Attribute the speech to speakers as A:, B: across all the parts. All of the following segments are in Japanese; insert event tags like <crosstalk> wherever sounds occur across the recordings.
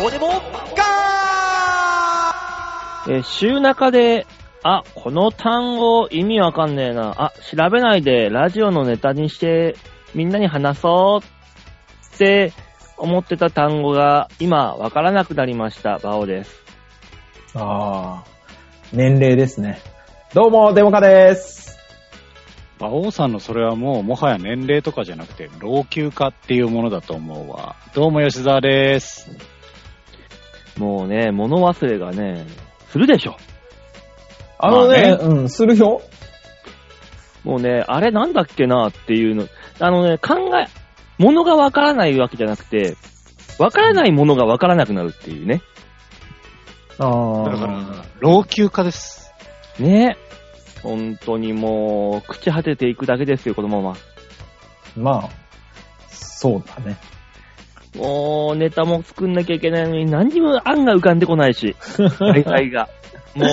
A: どうでもガ
B: えー週中で、あ、この単語意味わかんねえな。あ、調べないでラジオのネタにしてみんなに話そうって思ってた単語が今わからなくなりました。バオです。
C: ああ、年齢ですね。どうも、デモカです。
D: 馬王さんのそれはもうもはや年齢とかじゃなくて老朽化っていうものだと思うわ。どうも吉沢です。
B: もうね、物忘れがね、するでしょ。
C: あの
D: ま
C: ね、
D: あ
C: うん、するよ。
B: もうね、あれなんだっけなっていうの。あのね、考え、物がわからないわけじゃなくて、わからないものがわからなくなるっていうね。
C: あ
D: だ
C: あ、
D: から、老朽化です。
B: ね本当にもう、朽ち果てていくだけですよ、このまま。
C: まあ、そうだね。
B: もう、ネタも作んなきゃいけないのに、何にも案が浮かんでこない
C: <laughs>
B: し、題材が。も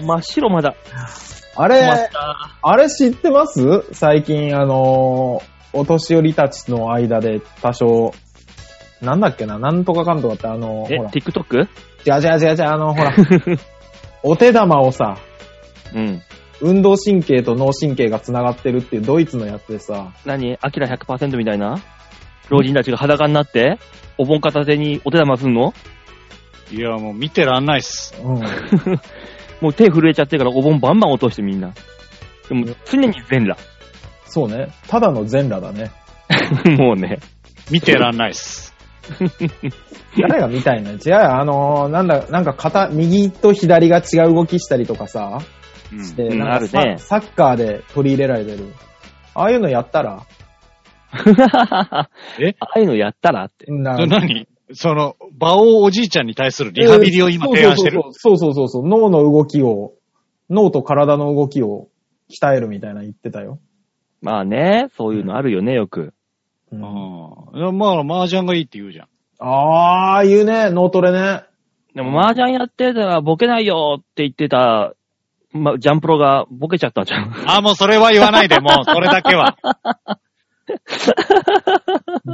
B: う、真っ白まだ。
C: あ
B: 困っ
C: れ、
B: た。
C: あれ知ってます最近、あのーお年寄りたちの間で多少、なんだっけな、なんとかかんとかって、あのー
B: え、
C: ほら、
B: TikTok?
C: じゃじゃじゃじゃ、あのーほら、お手玉をさ、
B: うん。
C: 運動神経と脳神経が繋がってるっていうドイツのやつでさ、
B: 何アキラ100%みたいな老人たちが裸になって、お盆片手にお手玉すんの
D: いや、もう見てらんないっす。
C: うん、
B: もう手震えちゃってからお盆バンバン落としてみんな。でも、常に全裸。
C: そうね、ただの全裸だね。 <laughs>
B: もうね。
D: 見てらんないっす。
C: 誰が見たいの違うよ、あのーなんだ、なんか片、右と左が違う動きしたりとかさ、
D: うん
C: して、
B: うん
C: なんかさ
B: あるね
C: サッカーで取り入れられてる。ああいうのやったら、
B: あ
D: え
B: <laughs> あいうのやったらって。
C: な
D: それ何その、馬王おじいちゃんに対するリハビリを今提案してる。
C: そうそうそうそうそうそうそう、脳の動きを、脳と体の動きを鍛えるみたいな言ってたよ。
B: まあね、そういうのあるよね、よく。
C: うん
D: うん。まあ、麻雀がいいって言うじゃん。
C: ああ、言うね、脳トレね。 <laughs>
B: でも、麻雀やってたらボケないよって言ってた、ま、ジャンプロがボケちゃったじゃん。
D: あ、もうそれは言わないで、もう、それだけは。 <laughs>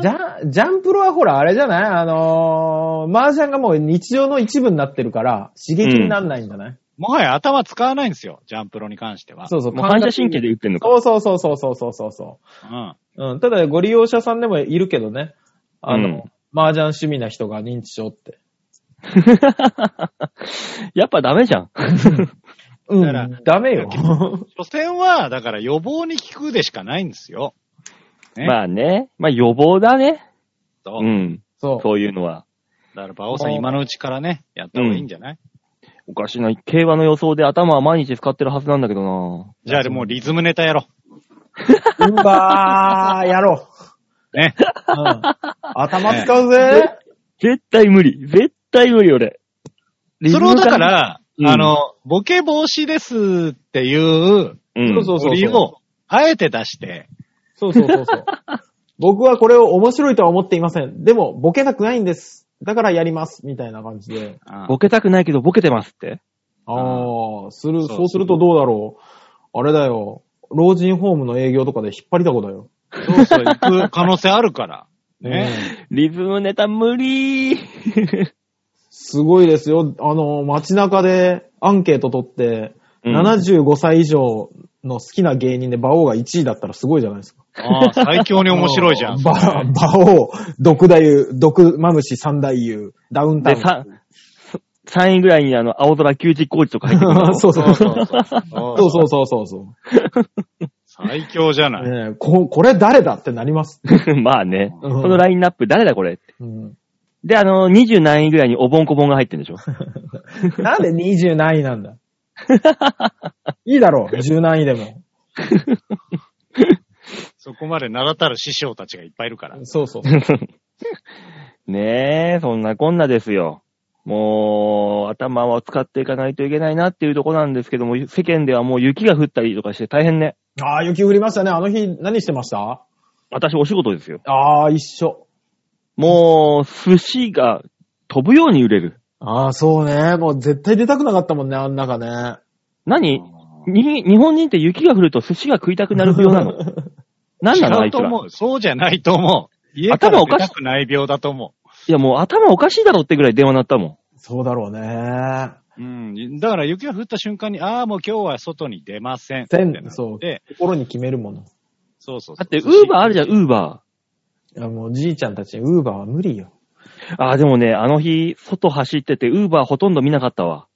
C: ジャン、ジャンプロはほら、あれじゃないあのー、麻雀がもう日常の一部になってるから、刺激になんないんじゃない、
D: もはや頭使わないんですよ、ジャンプロに関しては。
C: そうそう、
B: もう反射神経で打
C: <laughs>
B: ってんのか。
C: そうそうそうそうそうそうそうそ
D: うん。
C: う。うん。ただ、ご利用者さんでもいるけどね。あの、麻雀趣味な人が認知症って。
B: やっぱダメじゃん。
C: う
D: だから
C: ん。ダメ <laughs> よ。
D: 所詮は、だから予防に効くでしかないんですよ。ね
B: まあね。まあ予防だね。
D: と
B: うん。
C: そう。
B: そういうのは。
D: だから、馬王さん今のうちからね、やった方がいいんじゃない、
B: おかしいな。競馬の予想で頭は毎日使ってるはずなんだけどな。
D: じゃあ、もうリズムネタやろ
C: うんばー、やろ
D: う。ね。
C: う。うん。頭使うぜ。
B: 絶対無理。絶対無理、俺。リズ
D: それ
B: ム
D: を
B: 感
D: だか、ら、
B: うん
D: あの、ボケ防止ですっていう、
B: うん。
C: そうそうそう
D: 振りを、あえて出して、
C: そうそうそうそう。僕はこれを面白いとは思っていません。でも、ボケたくないんです。だからやります。みたいな感じで。
D: うん
B: ボケたくないけどボケてますって。
C: ああ、する、
D: そう
C: そうするとどうだろう。あれだよ。老人ホームの営業とかで引っ張りだこだよ。
D: そうそう、行く可能性あるから。
C: うん
D: ね。
B: リズムネタ無理
C: すごいですよ。あの、街中でアンケート取って、
B: うん
C: 75歳以上の好きな芸人で馬王が1位だったらすごいじゃないですか。
D: ああ、最強に面白いじゃん。
C: 馬馬王、毒太夫、毒マムシ三大優、ダウンタウ
B: で、
C: ン。
B: さ、3位ぐらいにあの、青空休日コーチとか入ってくるの
C: <laughs> そうそうそう。
D: そ
C: そう
D: うそう
C: そうそうそうそ
D: 最強じゃ
C: う、
D: ない。
C: ねえこ。これ誰だってなります。 <laughs>
B: まあね。
C: う
B: こ
C: ん
B: のラインナップ、誰だこれって
C: うん
B: で、あの、二十何位ぐらいにおぼんこぼんが入ってんでしょ
C: なんで20何位なんだいいだろう、10何位でも。
D: そこまで名だたる師匠たちがいっぱいいるから。
C: そうそう。
B: ねえ、そんなこんなですよ。もう、頭は使っていかないといけないなっていうとこなんですけども、世間ではもう雪が降ったりとかして大変ね。
C: ああ、雪降りましたね。あの日、何してました
B: 私お仕事ですよ。
C: ああ、一緒。
B: もう、寿司が飛ぶように売れる。
C: ああ、そうね。もう絶対出たくなかったもんね、あん中ね。
B: 何に、日本人って雪が降ると寿司が食いたくなる病な
C: <laughs>
B: の何なのあ
D: 違
B: いうつ
D: と
B: ら
D: 思。う。そうじゃないと思う。家から
B: 頭おか
D: 出
B: しい
D: たくない病だと思う。
B: いや、もう頭おかしいだろってぐらい電話鳴ったも
C: そうだろうね。
D: うん。だから雪が降った瞬間に、ああ、もう今日は外に出ません。
C: せん
D: ってなって
C: そう
D: で、
C: 心に決めるもの。
D: そうそうそう。
B: ん。だって、ウーバーあるじゃん、
D: ー
B: ウーバ
C: いや、もうじいちゃんたち、ウーバーは無理よ。
B: ー。ああ、でもね、あの日、外走ってて、ウーバーほとんど見なかったわ。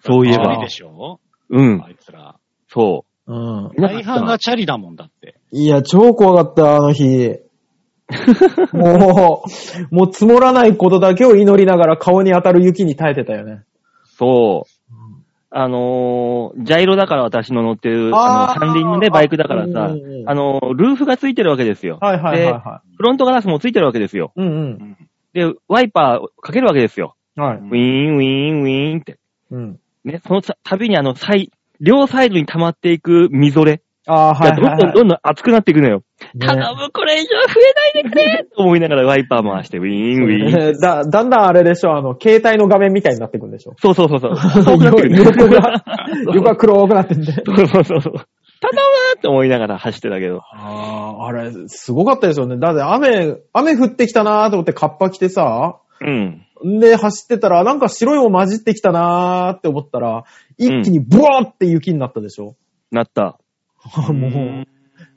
B: そういえ
D: チャリ
B: ば
D: で。しょ
B: うん
D: あ、いつら。
B: そ
C: うん
B: う。。見なか
D: 大
B: っ
D: 半
B: た
D: がチャリだもんだって。
C: いや、超怖かった、あの日。 <laughs> もう、もう積もらないことだけを祈りながら顔に当たる雪に耐えてたよね。
B: そう。あのー、ジャイロだから私の乗ってる、
C: あ
B: あ
C: ー
B: の、三輪のね、バイクだから
C: う
B: さ
C: んうんう、ん
B: あのー、ルーフがついてるわけですよ。
C: はいはいはいは
B: フロントガラスもついてるわけですよ。
C: い。うん
D: う。
C: うん
B: で、ワイパーかけるわけですよ。
C: ん。はい。
B: ウィーン、ウィーン、ウィーンって。
C: うん。
B: ね、そのたたびにあの、サイ、両サイドに溜まっていくみぞれ
C: ああ、は
B: が
C: い
B: ど
C: は
B: ん
C: い、
B: どん
C: はい。
B: どんどん熱くなっていくのよ。
C: ね
B: 頼む、これ以上増えないでくれと思いながらワイパー回して、ウィーン、ウィーン。 <laughs>
C: えーだ、だんだんあれでしょ、あの、携帯の画面みたいになってくんでしょ。
B: そうそうそうそう。遠くなってくる。
C: 横が、横が黒くなってんで。
B: そうそうそうそう。頼むって思いながら走ってたけど。
C: ああ、あれ、すごかったですよね。だって雨、雨降ってきたなーと思ってカッパ着てさ、
B: うん。
C: んで走ってたら、なんか白いもん混じってきたなーって思ったら、一気にブワーって雪になったでしょ。
B: なった。
C: も
B: も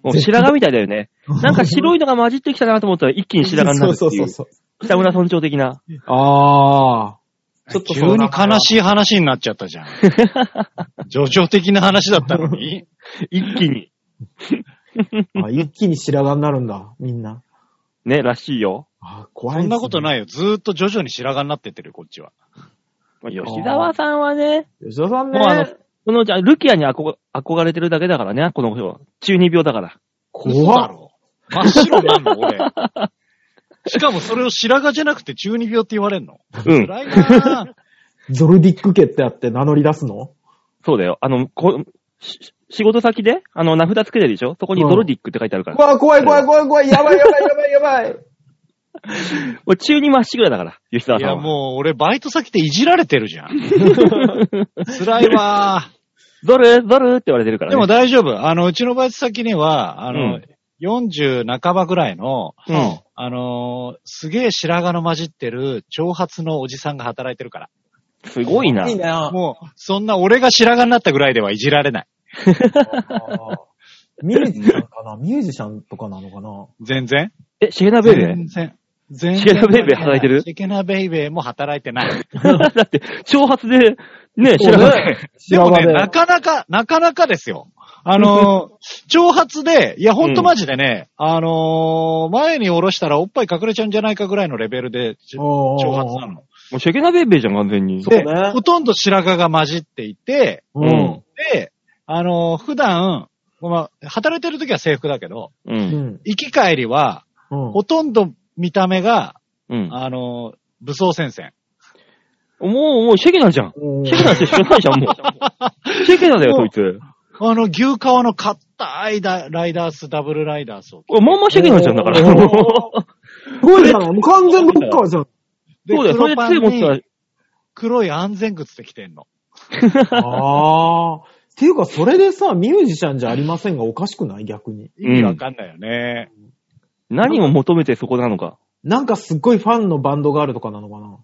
B: う白髪みたいだよね。なんか白いのが混じってきたなと思ったら一気
C: う。
B: に白髪になるって
C: そう
B: い
C: そうう。そう
B: 北村村長的な。
C: そう。ああ。ちょっとそ
D: 急
C: の
D: に
C: 名前は
D: 悲しい話になっちゃったじ
B: <laughs>
D: ゃん。叙情的な話だったのに。
B: 一気に。
C: あ一気に白髪になるんだ、みんな。
B: ね、らしいよ。
C: あ怖い、
D: そんなこと
C: い。
D: ないよ。ずーっと徐々に白髪になってってるよ、こっちは。
B: 吉沢さんはね、
C: 吉田さんね
B: もうあ、のこのうち、あルキアに憧憧れてるだけだからね、この人は。中二病だから。
D: 嘘だ
C: 怖っ。
D: ろ。真っ白になんの、俺。しかもそれを白髪じゃなくて中二病って言われんの。
B: うん。
D: 辛いなぁ。
C: ゾルディック家ってあって名乗り出すの
B: そうだよ。あの、こし仕事先で、あの、名札つけてるでしょそこに
C: うん
B: ゾルディックって書いてあるから。
C: わ怖い怖い怖い怖い、やばいやばいやばいやばい。 <laughs>
B: もう中二まっしぐらだから、吉沢
D: い
B: さんは。
D: や、もう俺バイト先でいじられてる
B: <laughs>
D: じゃん。辛いわ
B: ゾル、ゾルって言われてるから、
D: ー
B: ね。
D: でも大丈夫。あの、うちのバイト先には、あの、
B: うん
D: 40半ばぐらいの、
B: うん。
D: あのーすげえ白髪の混じってる、長髪のおじさんが働いてるか
B: すごいな。
C: いいな
D: ら。。もう、そんな俺が白髪になったぐらいではいじられない。
C: ミュージシャンかなミュージシャンとかなのかな
D: 全然。
B: え、シェーナベイベー
D: 全然。全然。
B: シェケナベイベー働いてる
D: シェケナベイベーも働いてない。
B: <laughs> だって、挑発で、ね、知ら
C: そう
B: ない。
C: ね
D: で
C: 白
D: もね、
C: 髪で。
D: なかなか、なかなかですよ。あの
B: <laughs>
D: ー、長髪で、いや、ほんとマジでね、あのー、前に下ろしたらおっぱい隠れちゃうんじゃないかぐらいのレベルで、ち
C: お
D: ょ
C: ー
D: 長髪なの。
B: もうシェケナベイベーじゃん、完全に。
C: そうね
D: で、ほとんど白髪が混じっていて、
C: うん。
D: で、あのー、普段、まあ、働いてる時は制服だけど、
B: う。
C: うんん。
D: 行き帰りは、
C: うん。
D: ほとんど見た目が、
B: うん。
D: あのー、武装戦線。
B: もう、もう、シェケナじゃん。
C: うん
B: シェケナって知らないじゃん、もう。シェケナだよ、そいつ。
D: あの、牛革の硬いだライダース、ダブルライダースを。
B: おまんまシェケナじゃん、だから。
C: おー
B: そ
C: すごいじゃないもう完全ロッカーじゃん。
D: で
B: うだよ、それ
D: 黒
B: で
D: パ
B: 杖
D: ン
B: 持ってたら
D: に、黒い安全靴で着てんの。
C: ああ。っていうか、それでさ、ミュージシャンじゃありませんが、おかしくない逆に。
D: 意味わかんないよね。
B: 何を求めてそこなのか。
C: なんかすっごいファンのバンドがあるとかなのかな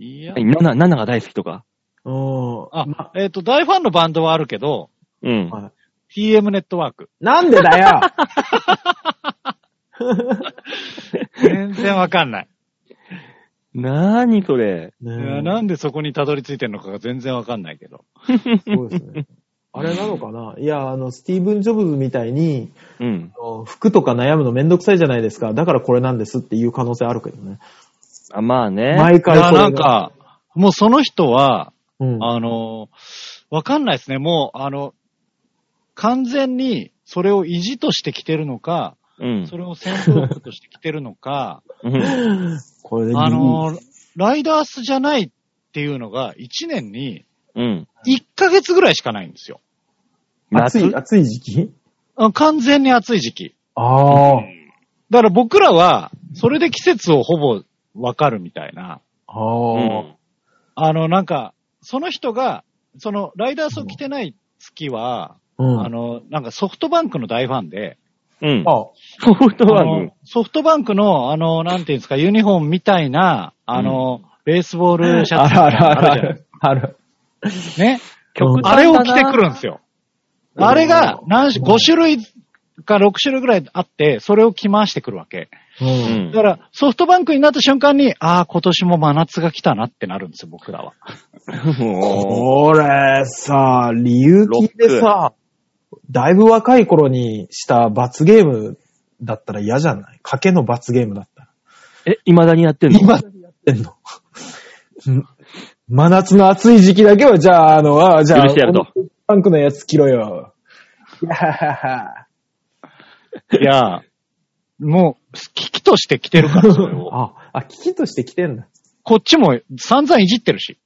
C: い
D: や
B: ナナ、ナナが大好きとか。
C: うん。
D: あ
C: ま、
D: えっ、と、大ファンのバンドはあるけど、
B: うん。
C: はい
D: TM ネットワーク。
C: なんでだよ
D: 全然わかんない。
B: なーにそれ。
C: ね
D: いやなんでそこにたどり着いてんのかが全然わかんないけど。
C: そうですね。あれなのかないや、あの、スティーブン・ジョブズみたいに、
B: うん。
C: あの服とか悩むのめんどくさいじゃないですか。だからこれなんですっていう可能性あるけどね。
B: あ、まあね。
C: 毎
D: い
C: 回そ
D: や、
C: れが
D: なん、か、もうその人は、
C: うん。
D: あの、わかんないですね。もう、あの、完全にそれを意地として着てるのか、
B: うん。
D: それを戦闘服として着てるのか、
B: <laughs> うん
C: これでいい、
D: あのー、ライダースじゃないっていうのが、1年に
B: うん。 <laughs>
D: 1ヶ月ぐらいしかないんですよ。
C: 暑い、
B: 夏
C: 暑い時期
D: あ完全に暑い時期。
C: ああ、
D: だから僕らは、それで季節をほぼわかるみたいな。
C: あ
B: う
C: あ、
B: ん。
D: あの、なんか、その人が、その、ライダースを着てない月は、
C: うん。
D: あの、なんかソフトバンクの大ファンで、
B: うん。
C: あ、
B: ソフトバ
D: あ
B: ン
D: のソフトバンクの、あの、なんていうんですか、ユニフォームみたいな、あの、ベースボールシャツ
C: あるあるあ
D: るじゃない
C: るある。
D: ですかね。
B: 極
D: あ
B: 端
D: れ
B: だ
D: を
B: な
D: 着てくるんですよ。
C: うん
D: あれが何種、5種類か6種類ぐらいあって、それを着回してくるわけ。
C: う。
B: うんん
D: だ。から、ソフトバンクになった瞬間に、ああ、今年も真夏が来たなってなるんですよ、僕らは。
B: も
C: これさ、理由聞いてさ、だいぶ若い頃にした罰ゲームだったら嫌じゃない賭けの罰ゲームだったら。
B: <laughs> うえ、未だにやってんの <laughs>
C: 今やってんの。ん真夏の暑い時期だけは、じゃあ、あの、あじゃあ、
B: 許してやると
C: パンクのやつ着ろ <laughs> よ。いやはは。
D: いや、もう、危機として来てるから、それを。
C: あ、あ、危機として来てんだ。
D: こっちも散々いじってるし。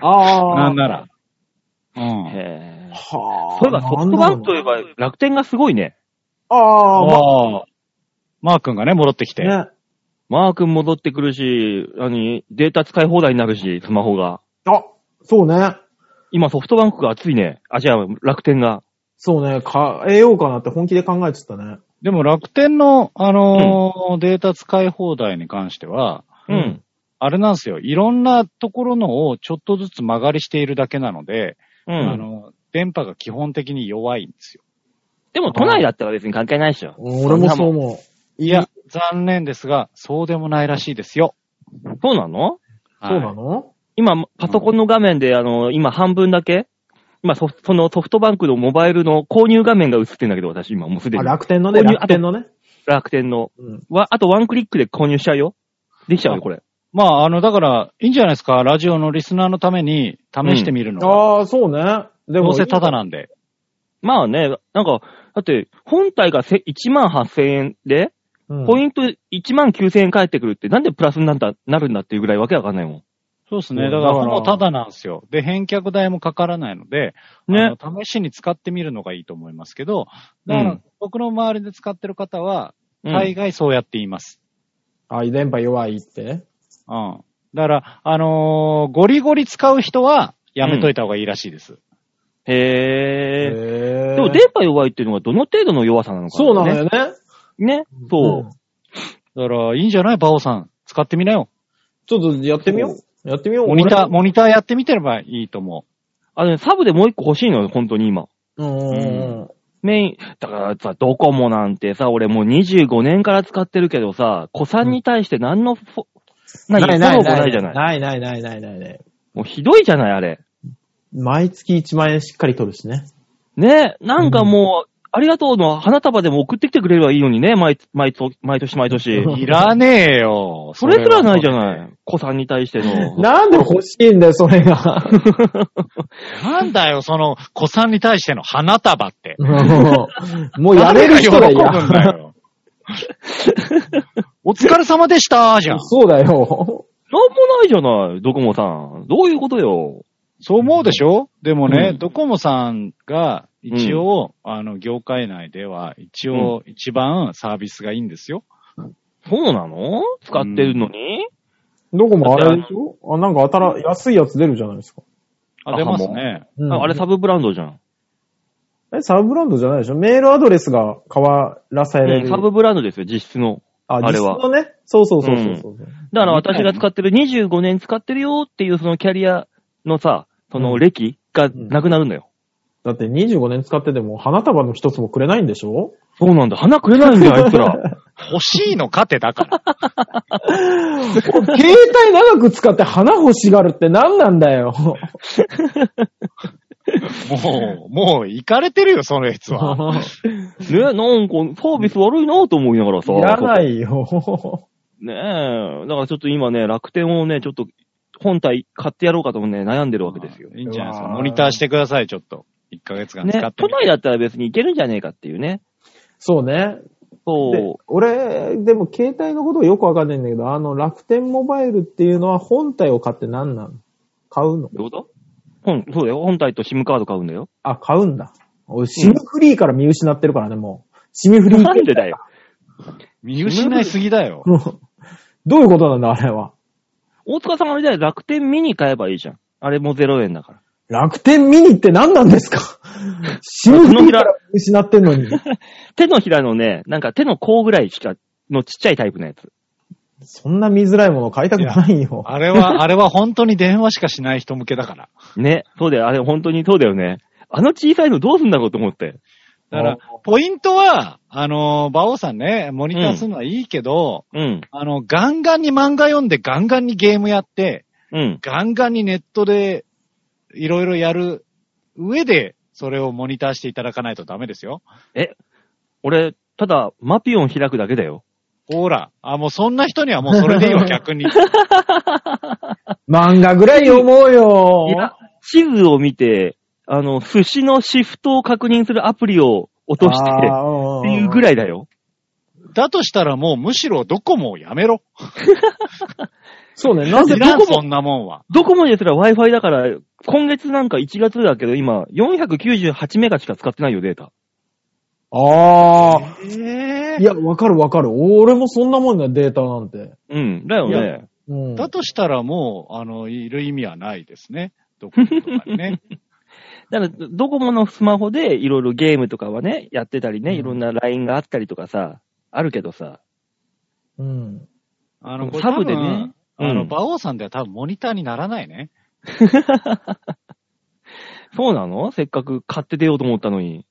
C: あ
D: なんなら。うん。
B: へー
C: はあ。
B: そういえば、ソフトバンクといえば楽天がすごいね。
C: ああ、ま
D: ああ。マー君がね、戻ってきて。
C: あ、ね。
B: マー君戻ってくるし、何、データ使い放題になるし、スマホが。
C: あ、そうね。
B: 今ソフトバンクが熱いね。あ、じゃあ楽天が。
C: そうね。変えようかなって本気で考えてたね。
D: でも楽天の、あのーデータ使い放題に関しては、
B: う
C: うんん。
D: あれなんですよ。いろんなところのをちょっとずつ曲がりしているだけなので、
B: う
D: あ
B: ん。
D: の、電波が基本的に弱いんですよ。
B: でも都内だったら別に関係ないでしょ。
C: 俺もそう思
D: いや、残念ですが、そうでもないらしいですよ。
B: そんなもんそうなの
C: う。そうな
D: の
C: の
B: 今、パソコンの画面で、あの、今半分だけ今ソフト、そのソフトバンクのモバイルの購入画面が映ってんだけど、私今もうすで
C: あ、
B: に。
C: 楽天のね、
B: 購入
C: 楽天のね。
B: 楽天の。
C: うん。
B: わ、あとワンクリックで購入しちゃうよ。できちゃうよ、これ。
D: まあ、あの、だから、いいんじゃないですか。ラジオのリスナーのために試してみるのが。
C: ああ、そうね。で
D: ど
C: も、
D: うせタダなんで。
B: まあね、なんか、だって、本体がせ1万8000円で、
C: うん
B: ポイント1万9000円返ってくるって、なんでプラスになったなるんだっていうぐらいわけわかんないも
D: そうですね。
C: うん
D: だから、
C: だか
D: ほ
C: ら
D: ぼタダなんですよ。で、返却代もかからないので、
B: ん。ね
D: あ。の試しに使ってみるのがいいと思いますけど、だから、
B: うん
D: 僕の周りで使ってる方は、
B: うん
D: 大概そうやって言います。
C: あ、電波弱いって。
D: うん。だから、あのーゴリゴリ使う人は、やめといた方がいいらしいです。
C: へ
B: へー。
C: え
B: でも電波弱いっていうのはどの程度の弱さなのか、
C: そうなのよ。ね。
B: ね。そう。
D: だから、いいんじゃないバオさん。使ってみなよ。
C: ちょっとやってみよう。やってみよう。
D: モニター、
C: 俺
D: モニターやってみてればいいと思
B: あのね、サブでもう一個欲しいのよ、本当に今。
C: うんうんうん。
B: メイン、だからさ、ドコモなんてさ、俺もう25年から使ってるけどさ、子さんに対して何のフォ、何フォローもないじゃない。
C: ないないないないないない。
B: もうひどいじゃない、あれ。
C: 毎月1万円しっかり取るしね。
B: ね、なんかもう、ありがとうの花束でも送ってきてくれればいいのにね、毎、毎年、毎年毎年。
D: う。いらねえよ。
B: それすらないじゃ
D: ん。
B: ない。子さんに対して <laughs> の。
C: なんで欲しいんだよ、それが。
D: なんだよ、その、子さんに対しての花束って。
C: もう <laughs> もうやれる人がい
D: 誰喜ぶんだ
C: や。 <laughs>
D: よ。お疲れ様でしたじゃん。
C: そうだよ。
B: なんもないじゃない、ドコモさん。どういうことよ。
D: そう思うでしょでもね、
B: うん
D: ドコモさんが一応、あの、業界内では一応一番サービスがいいんですよ。
B: そうなの使ってるのに、
C: どこもあれでしょあ、なんか新、安いやつ出るじゃないですか。
D: あ、出ますね。
C: うん
B: ああれサブブランドじゃん。
C: え、サブブランドじゃないでしょメールアドレスが変わらされ
B: うん
C: る。
B: サブブランドですよ、実質の。
C: あ、
B: あれは
C: 実質のね。そうそうそうそうそう。
B: だから私が使ってる25年使ってるよっていうそのキャリアのさ、その歴がなくなるんだよ。
C: だって25年使ってても花束の一つもくれないんでし <laughs> ょ
B: そうなんだ。花くれないん <laughs> だよ、あいつら。
D: 欲しいのかってだから。
C: 携帯長く使って花欲しがるって何なんだ <laughs> よ。
D: もう、もう、行かれてるよ、そのやつ
C: <laughs>
D: は。
B: ねなんかサービス悪いなと思いながらさ。
C: <laughs> いらないよ。
B: ねえ。だからちょっと今ね、楽天をね、ちょっと本体買ってやろうかともね、悩んでるわけですよ。
D: いいんじゃないですか。
C: うわー
D: モニターしてください、ちょっと。1ヶ月間使
B: ね
D: っ、て
B: 都
D: み
B: 内だったら別にいけるんじゃねえかっていうね。
C: そうね。で
B: そ
C: 俺、でも携帯のことはよくわかんないんだけど、あの楽天モバイルっていうのは本体を買って何なの買うの
B: う。どういうこと本、そうだよ。本体と SIM カード買うんだよ。
C: あ、買うんだ。俺、シムフリーから見失ってるからね、もう。シムフリー。
B: なんでだよ。
D: 見失いすぎだよ。
C: うん <laughs> どういうことなんだ、あれは。
B: 大塚さんあれだよ、楽天ミニ買えばいいじゃん。あれも0円だから。
C: え楽天見に行って何なんですか
B: <laughs>
C: 死ぬほどから失ってんのに。
B: 手のひらのね、なんか手の甲ぐらいしか、のちっちゃいタイプのやつ。
C: そんな見づらいもの買いたくないよ。
D: あれは、あれは本当に電話しかしない人向けだから。
B: ね。そうだよ。あれ本当にそうだよね。あの小さいのどうすんだろうと思って。
D: だから、ポイントは、あのー、馬王さんね、モニターするのはいいけど、
B: うん。
D: あの、ガンガンに漫画読んで、ガンガンにゲームやって、
B: うん。
D: ガンガンにネットで、いろいろやる上で、それをモニターしていただかないとダメですよ。
B: 俺、ただ、マピオン開くだけだよ。
D: ほら、あ、もうそんな人にはもうそれでいいわ、逆に。
C: 漫画ぐらい読もうよ。
B: いや地図を見て、あの、寿司のシフトを確認するアプリを落として、っていうぐ
C: い。
B: らいだよ。
D: だとしたらもうむしろドコモをやめろ。
C: そうね、なぜ
D: いらん
C: どこ
D: そ
C: も、
D: んなもんは。
B: ドコモですら Wi-Fi だから、今月なんか1月だけど、今、498メガしか使ってないよ、データ。
C: ああ。
D: ええ
C: いや、わかるわかる。俺もそんなもんだよ、データなんて。
B: うん。だよ
C: い
B: ね。
C: うん。
D: だとしたらもう、あの、いる意味はないですね。ドコモとかにね。
B: だから、ドコモのスマホでいろいろゲームとかはね、やってたりね、
C: うん
B: いろんな LINE があったりとかさ、あるけどさ。
C: うん。
D: あの、これ
B: サブでね
D: 多分
B: うん
D: あの、馬王さんでは多分モニターにならないね。
B: そうなのせっかく買って出ようと思ったのに。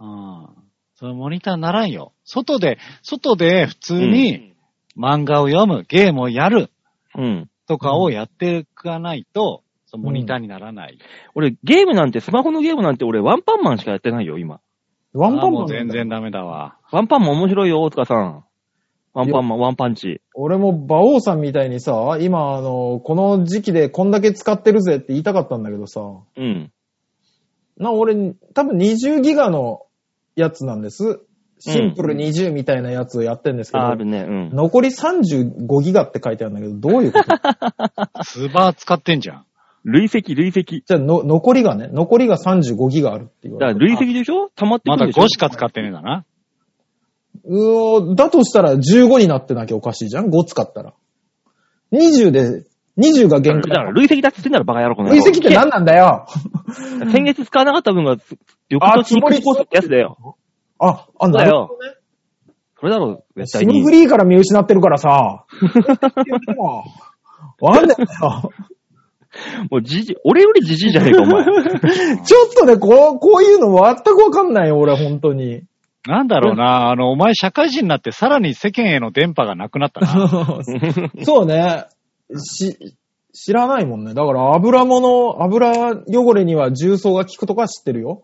D: うん。そのモニターにならんよ。外で、外で普通に漫画を読む、ゲームをやる
B: うん。
D: とかをやっていかないと、そのモニターにならない。
B: 俺、ゲームなんて、スマホのゲームなんて俺、ワンパンマンしかやってないよ、今。
C: ワンパ
D: あ
C: ンマ
D: も
C: ン
D: う
C: なん
D: 全
C: だよ
D: 然ダメだわ。
B: ワンパンマン面白いよ、大塚さん。ワンパンマン、ワンパンチ。
C: 俺も馬王さんみたいにさ、今あの、この時期でこんだけ使ってるぜって言いたかったんだけどさ、
B: うん。
C: な、俺、多分20ギガのやつなんです。シンプル20みたいなやつをやってるんですけど、
B: ああるね、うん。
C: 残り35ギガって書いてあるんだけど、どういうこと <laughs>
D: スーパー使ってんじゃん。
B: 累積、累積。
C: じゃあの、残りがね、残りが35ギガあるって言
B: だ
C: わ
B: か
C: れ
B: ら
C: て。
B: 累積でしょ溜まってく
D: ま
B: る
D: だ
B: でしょ
D: 5しか使ってねえんだな。
C: うおだとしたら15になってなきゃおかしいじゃん ?5 使ったら。20で、20が限
B: だ
C: 界
B: から、累積だって言ってんならバカ野郎この野
C: 累
B: 郎
C: 積って何なんだよ
B: 先月使わなかった分が、翌年に
C: あ
B: 繰
C: 積もり
B: り越すってやつだよ。
C: あ、あ、
B: そうだ
C: なるほど
B: よ。それだろ、絶
C: シ
B: 対
C: ムフ
B: に。
C: リーから見失ってるか
B: <laughs>
C: らさ。わかんないよ。
B: もうじじ、俺よりじじいじゃねえか、お <laughs> 前。
C: ちょっとね、こう、こういうの全くわかんないよ、俺、本当
B: <laughs>
C: に。
D: なんだろうな、あの、お前社会人になってさらに世間への電波がなくなった
B: <laughs>
D: な。
C: そうね。し、知らないもんね。だから油物、油汚れには重曹が効くとか知ってるよ。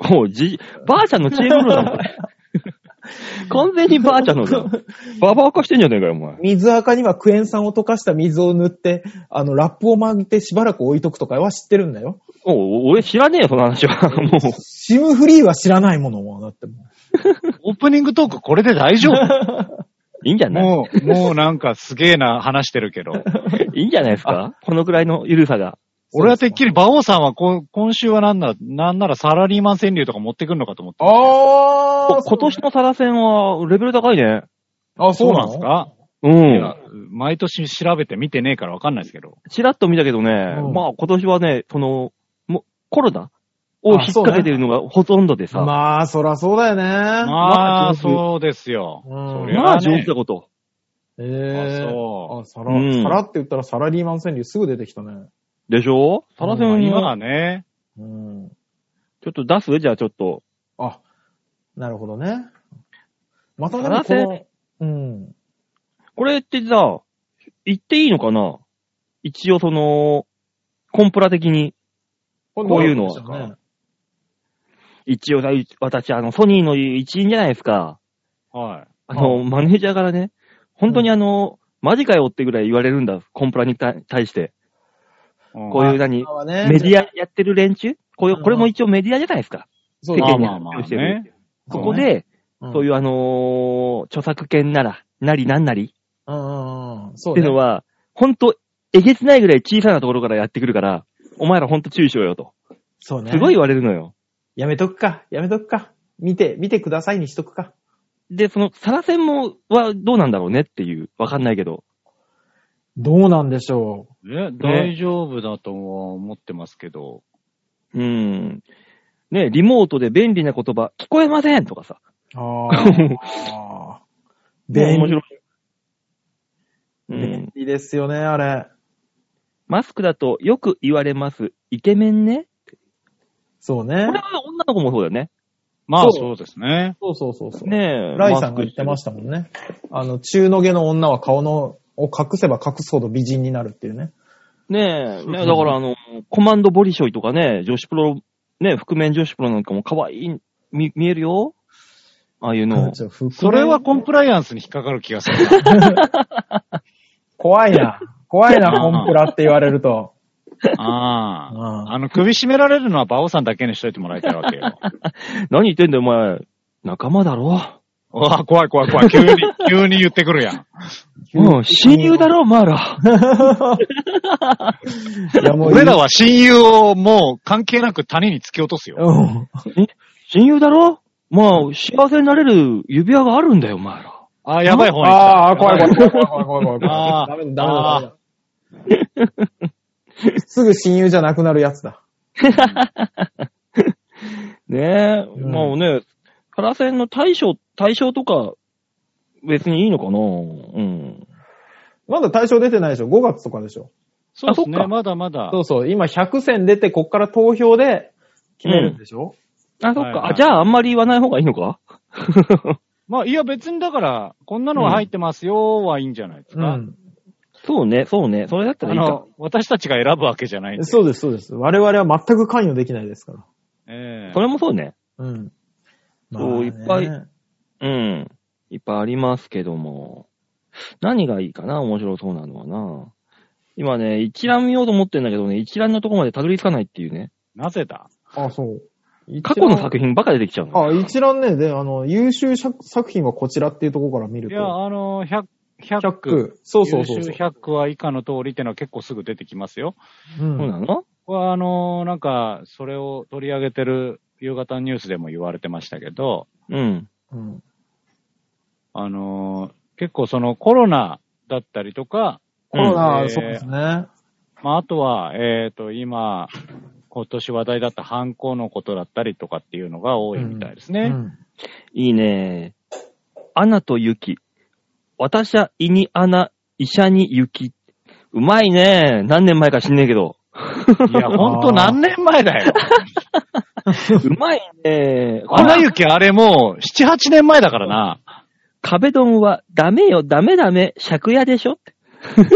B: もうじじ、ばあちゃんのチームルーだ、お <laughs> 前。完全にばあちゃんのだ。ババア化してんじゃねえかよ、お前。
C: 水垢にはクエン酸を溶かした水を塗って、あの、ラップを巻いてしばらく置いとくとかは知ってるんだよ。
B: おう俺知らねえよ、その話 <laughs> は。もう。
C: シムフリーは知らないものも、だっても
D: オープニングトークこれで大
B: <laughs>
D: 丈夫
B: いいんじゃない
D: もう、もうなんかすげえな話してるけど。
B: いいんじゃないですかこのくらいの緩さが。
D: 俺はてっきり馬王さんはこ今週はなんなら、なんならサラリーマン川柳とか持ってくるのかと思って
C: う。。あ
B: お今年のサラセンは、レベル高いね。
C: あ、
D: そ
C: そうう
D: な
C: なんんです
D: で
C: すか
D: か
B: う
D: い
B: ん
D: や。毎年調べて見てねえからわかんないですけど。
B: ちらっと見たけどね、
C: うん
B: まあ今年はね、その、もコロナを引っ掛けてるのがほとんどでさ、ま
C: まあ、そらそうだよね。
D: ま
B: ま
D: あ、
B: あ
D: そうですよ。
C: うん
D: そりゃ
B: あ
D: あ
B: 上手
D: ね
B: なこと。
C: え
D: あ
C: え
D: そう
C: あ、サラ、
B: うん
C: サラって言ったらサラリーマン川柳すぐ出てきたね。
B: でしょサラセン
D: 今
B: は、
D: はね、
C: うん。
B: ちょっと出すじゃあちょっと。
C: あ、なるほどね。またで
B: サ
C: も
B: ラ
C: こ
B: セ
C: の
B: ン、、
C: うん。
B: これってさ、言っていいのかな一応その、コンプラ的に。
C: こ
B: ういうのは一応さ、私あの、ソニーの一員じゃないですか。
D: は
B: あの、マネージャーからね、本当にあの、マジかよってぐらい言われるんだ、コンプラに対対して。
D: い。うん
B: こういう何、メデ
C: メ
B: ィアやってる連中こういううんこれも一応メディアじゃないですか。
C: そう
B: 世間
C: だ
B: に
D: まあまあまあ
B: 発表して
D: ね
B: る。そこで、そう
C: い
B: いうあのー著作権なら、なりなんなり
C: うん。うんうんうん。そ
B: っ
C: う
B: て
C: ね
B: いうのは、ほんと、えげつないぐらい小さなところからやってくるから、お前らほんと注意しろよと。
C: そうね。
B: すごい言われるのよ。
C: やめとくか、やめとくか。見て、見てくださいにしとくか。
B: で、その、サラセンも、はどうなんだろうねっていう、わかんないけど。
C: どうなんでしょ
D: え大丈夫だとは思ってますけど。
B: うん。ね、リモートで便利な言葉、聞こえませんとかさ。
C: あ <laughs> ーあー。
B: ね面
C: 便
B: 白い。う
C: 利
B: ん
C: 便。利ですよね、あれ。
B: マスクだとよく言われます。イケメンね。
C: そう
B: こ
C: ね
B: れ。は女の子もそうだよね。
D: まあ
C: そう
D: そうですね。
C: そうそうそうそう。
B: ねえ。。
C: ライさんが言ってましたたもんね。あの、中の毛の女は顔の、を隠せば隠すほど美人になるっていうね。
B: ねえ。ねえだからあの、コマンドボリショイとかね、女子プロ、ね、覆面女子プロなんかも可愛い、見、見えるよ。ああいうのを。
C: ちょ覆面
D: それはコンプライアンスに引っかかる気がする
B: <laughs>
D: な。
C: 怖いな。怖い
D: <laughs>
C: な、コンプラって言われると。うん
D: ああ。あの、首絞められるのは馬王さんだけにしといてもらいたいわけよ。
B: 何言ってんだよ、お前。仲間だろ。
D: <laughs> うわ、怖い怖い怖い。急に、急に言ってくるやん。
B: うん、親友だろ、お前 <laughs> ら。
C: いや、もういい
D: 俺らは親友をもう関係なく谷に突き落とすよ。
C: うん。
B: 親友だろまあ、幸せになれる指輪があるんだよ、お前ら。
D: あーやばい方に行った。
C: ああ、怖い怖い怖い怖い怖い怖い怖い。
D: あー
C: ダメだ、ダメだダメだ。 <laughs> すぐ親友じゃなくなるやつだ。
B: ねえ、
C: ん
B: まあね、カラセンの対象、対象とか、別にいいのかなうん。
C: まだ対象出てないでしょ ?5 月とかでしょ
D: そう
B: あ
D: です
B: そっか
D: ね。まだまだ。
C: そうそう。今100選出て、こっから投票で決めるんでしょ、
B: あ、そっか。
D: はいはい
B: あ、じゃああんまり言わない方がいいのか
D: まあ、いや別にだから、こんなのは入ってますよはいいんじゃないです
C: う
D: か。
C: ん、
B: そうね、そうね。それだったら
D: あ
B: いいか。
D: の、私たちが選ぶわけじゃないんで。
C: そうです、そうです。我々は全く関与できないですか
D: ええ
B: それもそうね。
C: ら。うん。
B: そういっぱいうん。いっぱいありますけども。何がいいかな面白そうなのはな。今ね、一覧見ようと思ってんだけどね、一覧のとこまでたどり着かないっていうね。
D: なぜだ
C: あ、そう。
B: 過去の作品ばっか出てきちゃうの。
C: あ、一覧ね、で、あの、優秀作作品はこちらっていうところから見る
D: い
C: と。
D: や、あの、100、100
C: 100。そうそうそう
D: 優秀
C: そう。
D: 100は以下の通りってのは結構すぐ出てきますよ。
C: う。
B: そうんなの
D: これはあの、なんか、それを取り上げてる夕方ニュースでも言われてましたけど、
B: うん。
C: うん。
D: あの、結構そのコロナだったりとか、
C: コロナ、
D: うん
C: そうですね。
D: まあ、あとは、えっ、と、今、今年話題だった犯行のことだったりとかっていうのが多いみたいですね。
C: うん
B: いいね。アナと雪。私は胃に穴、医者に雪。うまいね。何年前か知んねえけど。
D: いや、ほんと何年前だよ。
B: うまいね。
D: アナ
B: あ
D: 雪あれもう、7、8年前だからな。
B: 壁ドンはダメよ、ダメダメ、借家でしょって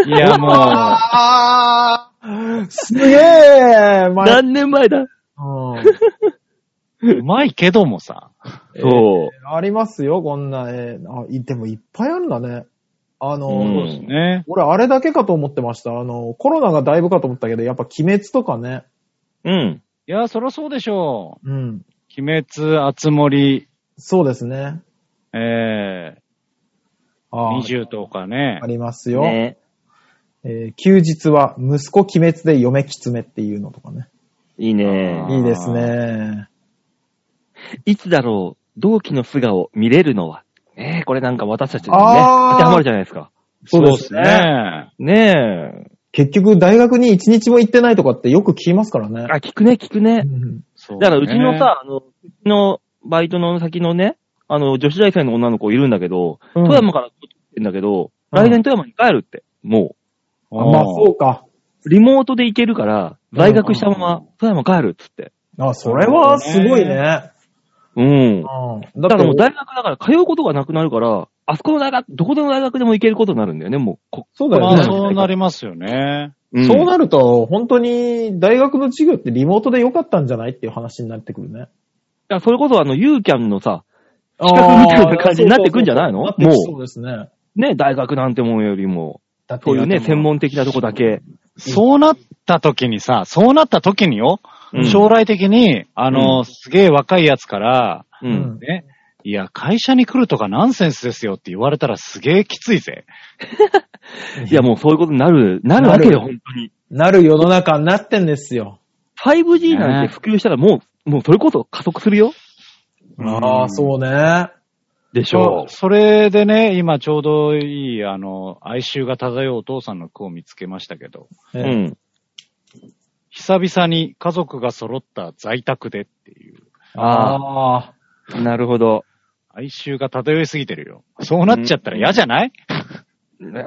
D: いや、もう、
C: ああすげえま
B: 何年前だ
C: うん
D: うまいけどもさ。
B: そう。
C: ありますよ、こんな絵。あ、いでもいっぱいあるんだね。あの、
B: うん
D: そうですね。
C: 俺あれだけかと思ってました。あの、コロナがだいぶかと思ったけど、やっぱ鬼滅とかね。
B: うん。
D: いや、そりゃそうでしょ
C: うん。
D: う。鬼滅、あつ森、
C: そうですね。
D: えー、
C: あー
D: 20とかね
C: あ。りますよ。
B: ね。
C: えー休日は息子鬼滅で嫁きつめっていうのとかね。
B: いい
D: あ
B: ね。
D: ー
C: いいですね。
B: いつだろう、同期の素顔を見れるのは。ねえ、これなんか私たちにね、
C: あー
B: 当てはまるじゃないですか。
C: そう
D: で
C: ですす
D: ね
C: ね。
B: ねえ。
C: 結局大学に一日も行ってないとかってよく聞きますからね。
B: あ、聞くね、聞くね。
C: うん
D: そう
B: だか
D: ね
B: らうちの、さ、あの、うちのバイトの先のね、あの、女子大生の女の子いるんだけど、
C: うん
B: 富山から来てんだけど、
C: うん
B: 来年富山に帰るって、も
C: あまあ
D: う
C: そ
D: ん。
C: うか。
B: う、リモートで行けるから、在学したま
D: う
B: ま富山帰るっつって。
C: あ、それはすごいね。
B: うん。
C: うん。
B: だか
C: だって
B: らもう大学だから通うことがなくなるから、あそこの大学、どこでも大学でも行けることになるんだよね、もう。こ
C: そうだ
D: まあ
C: よね。
D: そうなりますよね。
B: ん
C: そうなると、本当に大学の授業ってリモートで良かったんじゃないっていう話になってくるね。
B: いやそれこそあの、ユーキャンのさ、
C: 近
B: くみたいな感じになってくんじゃないの
C: もう。そうですね。
B: ね、大学なんてもんよりも、
C: だって
B: そういうね、
C: だって
B: 専門的なとこだけ。
D: そうなった時にさ、そうなった時によ、
B: うん
D: 将来的に、あの、
B: うん
D: すげえ若いやつから、
B: う
C: うん
B: ん。
D: ね、いや、会社に来るとかナンセンスですよって言われたらすげえきついぜ。
B: いやもうそういうことになる、なるわけよ、
C: な
B: 本当に。
C: なる世の中になってんですよ。
B: 5G なんて普及したらもう、もうそれこそ加速するよ。
C: ああ、そうね。
B: でし
D: そう。それでね、今ちょうどいい、あの、哀愁が漂うお父さんの句を見つけましたけど、
B: う
C: え
B: ん。
D: 久々に家族が揃った在宅でっていう。
B: あ
C: あ
B: あ、なるほど。
D: 哀愁が漂いすぎてるよ。そうなっちゃったら嫌じゃない、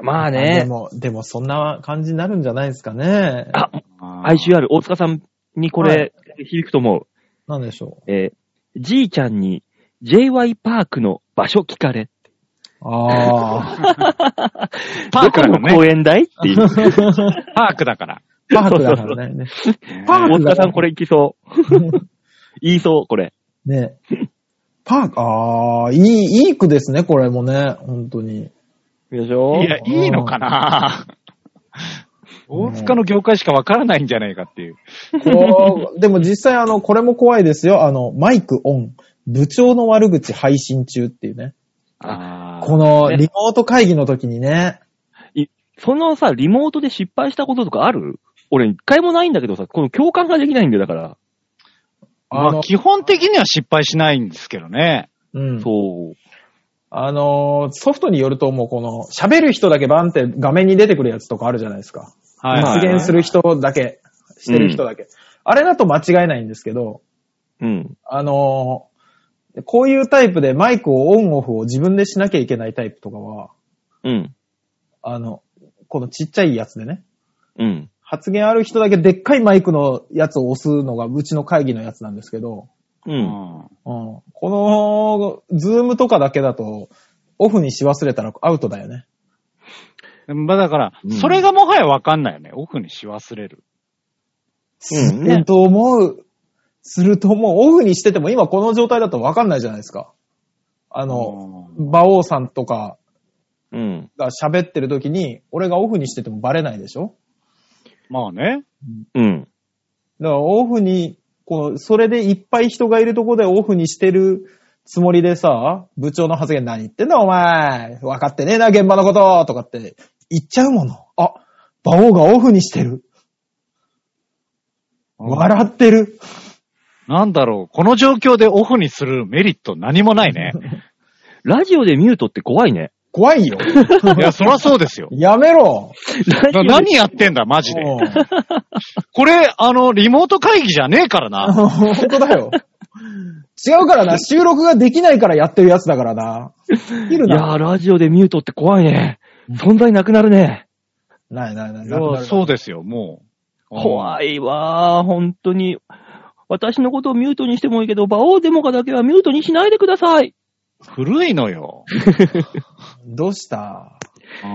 B: まあ
C: ー。で
B: ね、
C: も、でもそんな感じになるんじゃないですかね。
B: あ
D: あー
B: 哀愁ある。大塚さんにこ
C: は
B: れ、響くと思う。
C: なんでしょ
B: えーじいちゃんに JY パークの場所聞かれ。<laughs>
C: う。ああ。
D: パークだ
B: どこの
D: からね
B: 公。園だいっていう。
D: パークだから。
C: パークだか
B: <laughs>
C: らね。パー
B: 大
C: ク
B: 塚さんこれ行きそう。言いそう、これ。
C: ね。パーク、ああ、いい、いい句ですね、これもね。本当に。
B: でしょ
D: いや、いいのかな
C: うん
D: 大塚の業界しかわからないんじゃないかっていう。
C: こ
D: <laughs>
C: うでも実際あの、これも怖いですよ。あの、マイクオン。部長の悪口配信中っていうね。
D: あ
C: このリモート会議の時にね。
B: そのさ、リモートで失敗したこととかある俺一回もないんだけどさ、この共感ができないんだよ、だから。
C: あ
D: まあ、
C: の、
D: 基本的には失敗しないんですけどね。
C: うん。
B: そう。
C: あのー、ソフトによるともうこの、喋る人だけバンって画面に出てくるやつとかあるじゃないですか。
D: はいはいはい
C: 発言する人だけ、してる人だけ。あれだと間違いないんですけど、
B: うん。
C: あのー、こういうタイプでマイクをオンオフを自分でしなきゃいけないタイプとかは、
B: うん。
C: あの、このちっちゃいやつでね、
B: うん。
C: 発言ある人だけでっかいマイクのやつを押すのがうちの会議のやつなんですけど、
B: う。
D: うんん。
C: うん、この、ズームとかだけだと、オフにし忘れたらアウトだよね。
D: まあだから
B: うん、
D: それがもはやわかんないよね。オフにし忘れ
B: う
D: る。
B: ん
C: すると思う。するともうオフにしてても今この状態だとわかんないじゃないですか。あの、馬王さんとか
B: うん。
C: が喋ってる時に、俺がオフにしててもバレないでしょ
D: まあね。
B: うん。
C: だからオフに、この、それでいっぱい人がいるとこでオフにしてるつもりでさ、部長の発言何言ってんだお前分かってねえな、現場のこととかって言っちゃうもの。あ、馬王がオフにしてる。笑ってる。
D: なんだろう。この状況でオフにするメリット何もな
C: <laughs>
D: いね。
B: ラジオでミュートって怖いね。
C: 怖いよ。 <laughs>
D: いや、そらそうですよ。
C: やめろ。
B: ラジオ
D: な
B: で
D: 何やってんだ、マジで。
C: うん
D: これ、あの、リモート会議じゃねえから
C: <laughs> あ
D: な。
C: の本当だよ。違うからな、収録ができないからやってるやつだからな。いる
B: いや
C: な。
B: ー、ラジオでミュートって怖いね。存在なくなるね。
C: ないないない。
D: そうですよ、もう。
B: 怖いわー、本当に。私のことをミュートにしてもいいけど、馬王デモカだけはミュートにしないでください。
D: 古いのよ。
C: どうした
D: う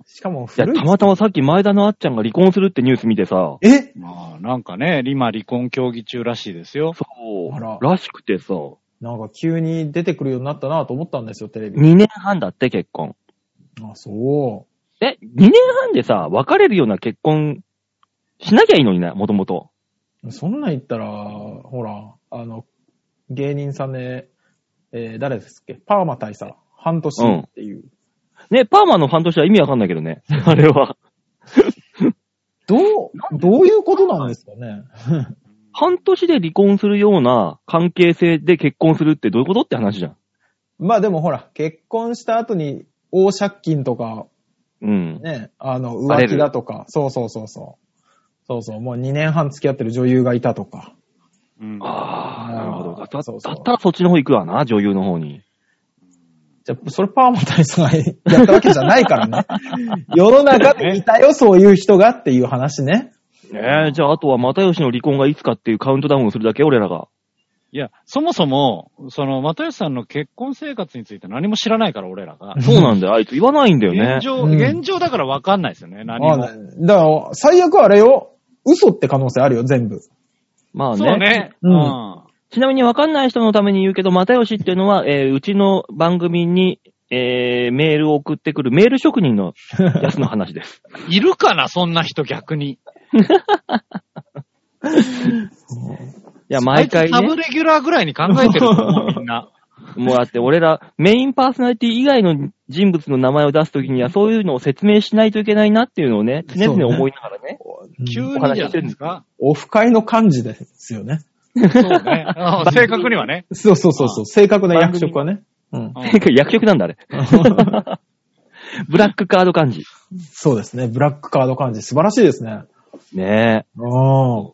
D: ん
C: しかも
B: いや、
C: 古い
B: た。またまさっき前田のあっちゃんが離婚するってニュース見てさ、
C: え
D: まあ、なんかね、今離婚協議中らしいですよ。
B: そう、
C: あら
B: らしくてさ、2
C: なんか急に出てくるようになったなと思ったんですよ、テレビ。
B: 年半だって結婚。
C: あ、そ
B: え、2年半でさ、別れるような結婚しなきゃいいのにな、もともと。
C: う。そんなん言ったら、ほら、あの、芸人さんで、えー誰ですっけパーマ大佐。半年っていう。
B: ね、パーマの半年は意味わかんないけどね。あれは。
C: どう、どういうことなんですかね
B: 半年で離婚するような関係性で結婚するってどういうことって話じゃん。
C: まあでもほら、結婚した後に、大借金とか
B: うん。
C: ね、あの、
B: バレ
C: 浮
B: る
C: 気だとか、そうそうそうそう。そうそう、もう2年半付き合ってる女優がいたとか。
D: うん
B: ああ、なるほど。だだ
C: そうそう
B: だったらそっちの方行くわな、女優の方に。
C: じゃあ、それパーマ大佐がやったわけじゃないからね。 <laughs> 世の中でいたよ、そういう人がっていう話ね。
B: ねえ、じゃああとは又吉の離婚がいつかっていうカウントダウンをするだけ、俺らが。
D: いや、そもそも、その、又吉さんの結婚生活について何も知らないから、俺らが。
B: そうなんだよ、あいつ言わないんだよね
D: 現。状、
C: うん
D: 現状だから分かんないですよね、何
C: あ
D: も。
C: あだから、最悪あれよ、嘘って可能性あるよ、全部。
B: まあ
D: そ
B: ね。
D: うね。
C: う
D: うんん。
B: ちなみに分かんない人のために言うけど、又吉っていうのは、えーうちの番組に、えーメールを送ってくるメール職人のやつの話です。
D: いるかな、そんな人逆に。
B: いや、毎回
D: あいつサブ
B: ね、
D: レギュラーぐらいに考えてると思う、みん <laughs> な。
B: もうだって俺ら、メインパーソナリティ以外の人物の名前を出すときには、そういうのを説明しないといけないなっていうのを <laughs> ね、常々思いながらね。 <laughs>
D: 急
C: うん
D: にじゃないですか。
C: オフ会の感じですよね。
D: そうね。うん正確にはね。
C: そうそうそうそう、正確な役職はね。うん。
D: うん
B: てか役職なんだ、あれ。
C: <laughs>
B: ブラックカード感じ。
C: そうですね、ブラックカード感じ、素晴らしいですね。
B: ねえ。
C: うん。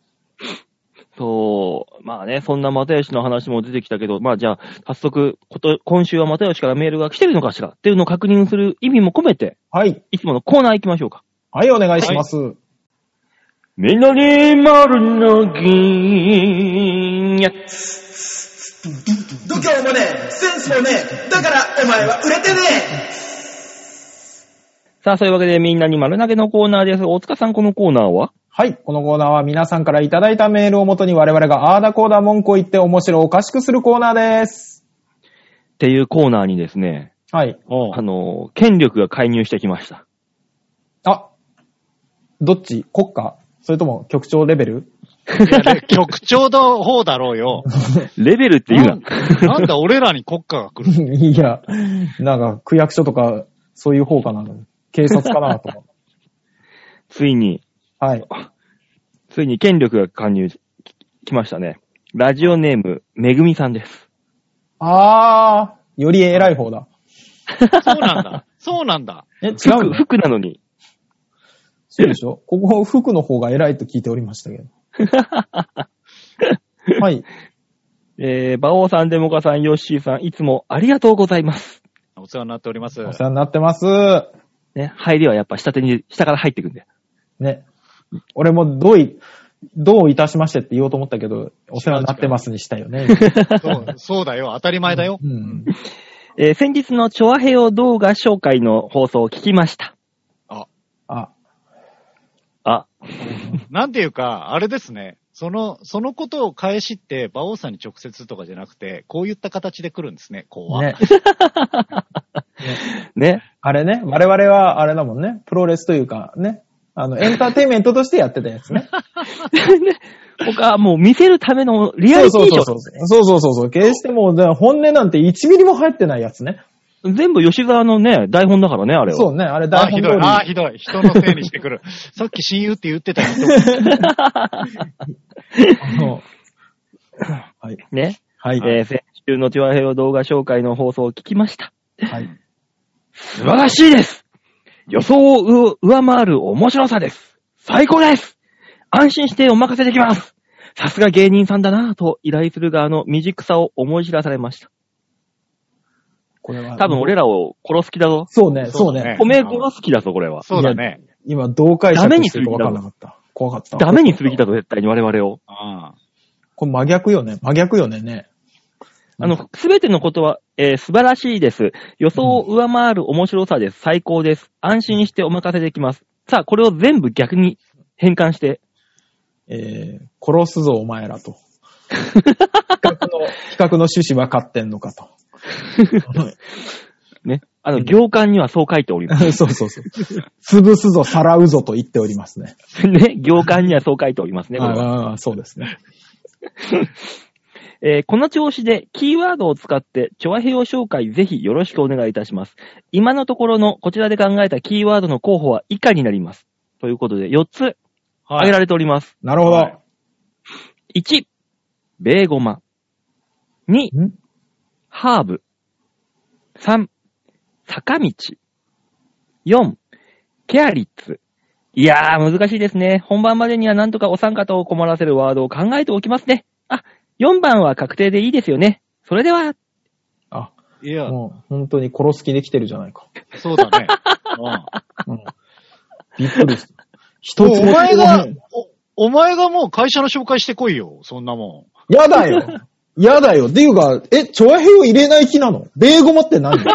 B: そう、まあね、そんな又吉の話も出てきたけど、まあじゃあ、早速、こと、今週は又吉からメールが来てるのかしらっていうのを確認する意味も込めて、
C: はい。
B: いつものコーナー行きましょうか。
C: はい、お願いします。
B: みのり丸の銀やつ。
A: 度胸もねえ、センスもねえ、だからお前は売れてねえ
B: さあ、そういうわけでみんなに丸投げのコーナーです。大塚さん、このコーナーは
C: はい。このコーナーは皆さんからいただいたメールをもとに我々があーだこーだ文句を言って面白おかしくするコーナーです。
B: っていうコーナーにですね、
C: はい。
D: お
B: あの、権力が介入してきました。
C: あ、どっち国家それとも局長レベル <laughs>
D: いやね局長の方だろうよ。
B: レベルって言うな。
D: なんだ俺らに国家が来る。
C: いや、なんか区役所とかそういう方かな。警察かなと思って。
B: ついに、
C: はい。
B: ついに権力が加入し、きましたね。ラジオネーム、めぐみさんです。
C: あー、より偉い方だ。
D: そうなんだ。そうなんだ。
C: え、違う
B: 服、
C: の
B: 服なのに。
C: そうでしょここ、服の方が偉いと聞いておりましたけど。はい。
B: えー、馬王さん、デモカさん、ヨッシーさん、いつもありがとうございます。
D: お世話になっております。
C: お世話になってます。
B: ね、入りはやっぱ下手に、下から入ってくんで。
C: ね。俺もどうい、どういたしましてって言おうと思ったけど、お世話になってますにしたよね。
D: そうそうだよ。当たり <laughs> 前だよ。
C: うん。
B: えー先日のチョアヘオ動画紹介の放送を聞きました。
C: あ、
B: あ、
D: なんていうか、あれですね。その、そのことを返しって、馬王さんに直接とかじゃなくて、こういった形で来るんですね、こうは。
C: ね。
B: ね。 <laughs>
C: あれね、我々はあれだもんね。プロレスというか、ね。あの、エンターテインメントとしてやってたやつね。
B: 僕はもう見せるためのリア
C: そう
B: リテ
C: そ
B: ィショ
C: うそうそう。そうそうそうそう。決してもう、だから本音なんて1ミリも入ってないやつね。
B: ー。全部吉沢のね、台本だからね、あれは。
C: そうね。あれ
D: あー
C: 台本
D: ひどい
C: 通。
D: あー
C: り。
D: ひどい。人のせいにしてく <laughs> る。さっき親友って言ってたよ。
C: あの <laughs> はい。
B: ね。
C: はい。
B: えー先週のチョアヘオ動画紹介の放送を聞きました。
C: はい。
B: 素晴らしいです予想を上回る面白さです最高です安心してお任せできますさすが芸人さんだなぁと依頼する側の未熟さを思い知らされました。
C: これは。
B: 多分俺らを殺す気だぞ。
C: そうね、そうね。
B: 褒め殺す気だぞ、これは。
D: そうだね。
C: 今、どう解釈してるか分かんなかった。怖かった。
B: ダメにすべきだぞ、絶対に我々を。
D: あ
C: これ真逆よね。真逆よね、ね。
B: あの、すべてのことは、えー素晴らしいです。予想を上回る面白さです。最高です。安心してお任せできます。さあ、これを全部逆に変換して、
C: えー、殺すぞ、お前らと。企画の、企画の趣旨分かってんのかと。
B: ね。あの、行間にはそう書いております。
C: <laughs> そうそうそう。潰すぞ、さらうぞと言っておりますね。
B: <laughs> ね、行間にはそう書いておりますね、これは
C: ああ、そうですね。
B: えーこの調子でキーワードを使って、チョアヘヨ紹介ぜひよろしくお願いいたします。今のところのこちらで考えたキーワードの候補は以下になります。ということで、4つ
D: あ。は
B: 挙
D: い
B: げ。られております。
C: なるほ
D: はい
C: ど。
B: 1、ベーゴマ。2、
C: ん
B: ハーブ。3、坂道。4、ケアリッツ。いやー、難しいですね。本番までにはなんとかお三方を困らせるワードを考えておきますね。あ、4番は確定でいいですよね。それでは、
C: あ、
D: いや、
C: もう、本当に殺す気できてるじゃないか。
D: そうだね。うん
C: うん。びっくりした。一
D: もう
C: つ
D: お
C: も
D: 前が、お、お前がもう会社の紹介してこいよ、そんなも
C: やだよ。やだよ。っていうか、え、チョアヘヨ入れない気なのベーゴマって何ベー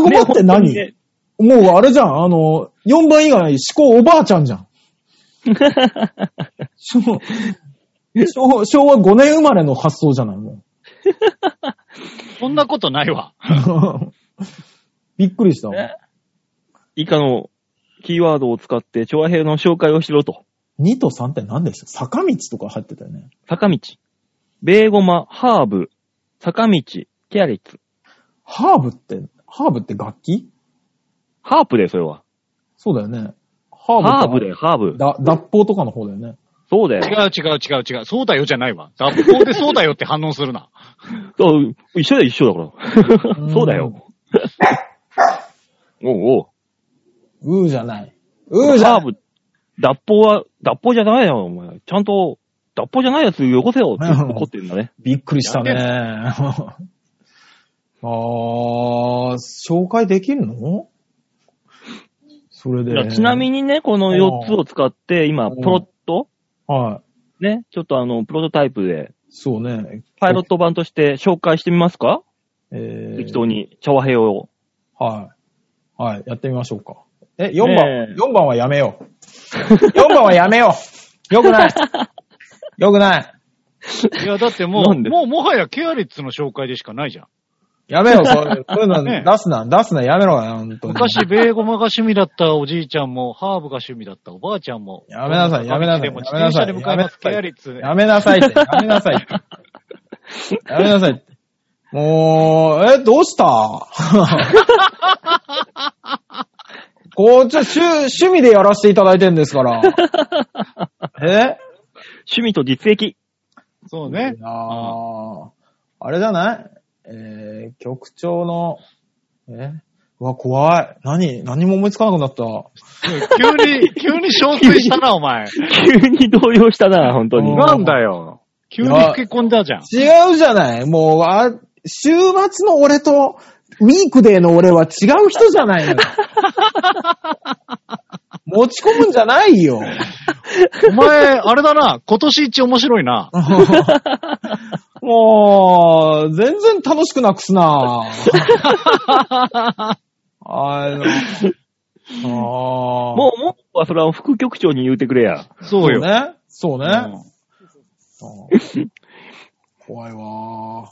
C: ゴマって何、
B: ね
C: もうあれじゃん。あの、4番以外思考おばあちゃんじゃん。昭昭昭和5年生まれの発想じゃないも
D: ん。そんなことないわ。
C: う。 <laughs> びっくりした。
B: 以下のキーワードを使って、調和兵の紹介をしろと。
C: 2と3って何でした坂道とか入ってたよね。
B: 坂道。ベーゴマ、ハーブ、坂道、ケアリッツ。
C: ハーブって、ハーブって楽器
B: ハープで、それは。
C: そうだよね。ハ
B: ハー
C: ーブ
B: ブ
C: って
B: で、ハーブ。
C: だ脱法とかの方だよね。
B: そうだ
D: 違
B: よ。
D: う違う違う違う。そうだよじゃないわ。学校でそうだよって反応するな。
B: そう一緒だよ、一緒だから。
C: うん
B: そうだよ。
C: <laughs>
B: おうおう。
C: うーじゃない。うーじゃ
B: ハ
C: な
B: ー
C: い。
B: ブ、脱法は、脱法じゃないよ、お前。ちゃんと、脱法じゃないやつよこせよって怒ってるんだね。
C: びっくりしたね。あー、紹介できんのそれ
B: いや
C: で。
B: ちなみ
C: に。
B: にね、この4つを使って、今、
C: うん
B: プロット
C: はい。
B: ね、ちょっとあの、プロトタイプで、
C: そうね。
B: パイロット版として紹介してみますか
C: えー
B: 適当に、チャワヘヨを。
C: はい。はい。やってみましょうか。え、4番
B: ねえ。
C: 4番はやめよう。4番はやめよう。よく
B: <laughs>
C: ない。よくない。
D: いや、だってもう、
B: なんで
D: もうもはやケアリッツの紹介でしかないじゃん。
C: やめよう。そういうそういうの
D: ね
C: 出すな。出すな。やめろよ。本当に。
D: 昔、ベーゴマが趣味だったおじいちゃんも、ハーブが趣味だったおばあちゃんも。
C: やめなさいやめなさい
D: でも自転車で向かいます、
C: やめなさい
D: ケアリッツ。
C: <laughs> やめなさいって。やめなさいって。やめなさいって。もう、え、どうした <laughs> こう、ちょ、趣、趣味でやらせていただいてんですから。 <laughs> え
B: 趣味と実益。 <laughs>
D: そうね
C: い。やーあれじゃないえー、局長の、えうわ、怖い。何何も思いつかなくなった。
D: 急に、急に憔悴したな、お前。
B: 急に動揺したな、本当に。
D: なんだよ。急に老け込んだじゃん。
C: 違うじゃないもう、あ、週末の俺と、ウィークデーの俺は違う人じゃないのよ持ち込むんじゃないよ。
D: お前、あれだな、今年一面白いな。
C: もう、全然楽しくなくすなあの、あー
B: もう、もう、それは副局長に言うてくれや。
D: そうよ。
C: ね。そうね。
D: うん
C: うん怖いわ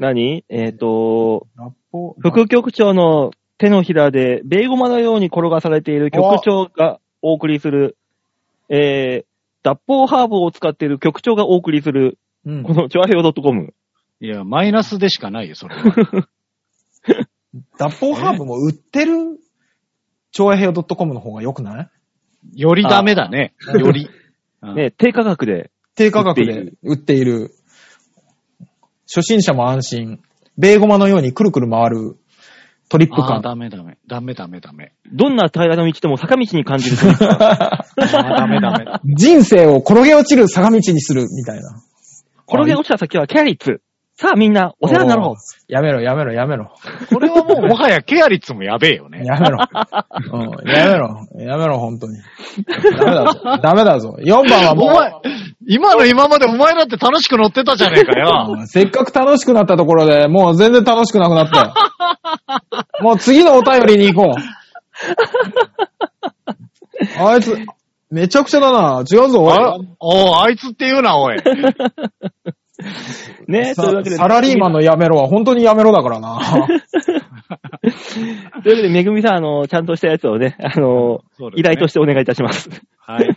B: 何えっ、と、
C: ー。ラッポ、
B: 副局長の手のひらで、ベーゴマのように転がされている局長がお送りする、えー、脱法ハーブを使っている局長がお送りする、
C: うん
B: このチョアヘオ .com。
D: いや、マイナスでしかないよ、それは。
C: 脱法ハーブも売ってる、超平洋 .com の方が良くない
D: よりダメだね。より。うん
B: ね、低価格で。
C: 低価格で売っている。初心者も安心。ベーゴマのようにくるくる回るトリップ
D: あー
C: 感。
D: ダメダメ。ダメダメダメ。
B: どんな平らな道でも坂道に感じるというか。
D: あーダメダメ。
C: 人生を転げ落ちる坂道にする、みたいな。
B: 転げ落ちた先はキャリッツ。さあみんな、お世話になろ
C: おーやめろ、やめろ、やめろ。
D: これはもう、もはやケアリッツもやべえよね。
C: やめろ。うん、やめろ。やめろ、本当に。ダメだぞ。ダメだぞ。4番は
D: お
C: もう、
D: 前、今の今までお前だって楽しく乗ってたじゃねえかよ。
C: うんせっかく楽しくなったところで、もう全然楽しくなくな <laughs> ったよ。もう次のお便りに行こう。あいつ、めちゃくちゃだな。違うぞ、おい
D: あ <laughs> おうあいつって言うな、 <laughs> おい。
B: う。ね、というわ
C: さ
B: けで。
C: サラリー
B: <laughs>
C: マンのやめろは本当にやめろだからな。
B: というわけで、めぐみさん、あの、ちゃんとしたやつをね、あの、
D: そうですね
B: 依頼としてお願いいたします。
D: はい。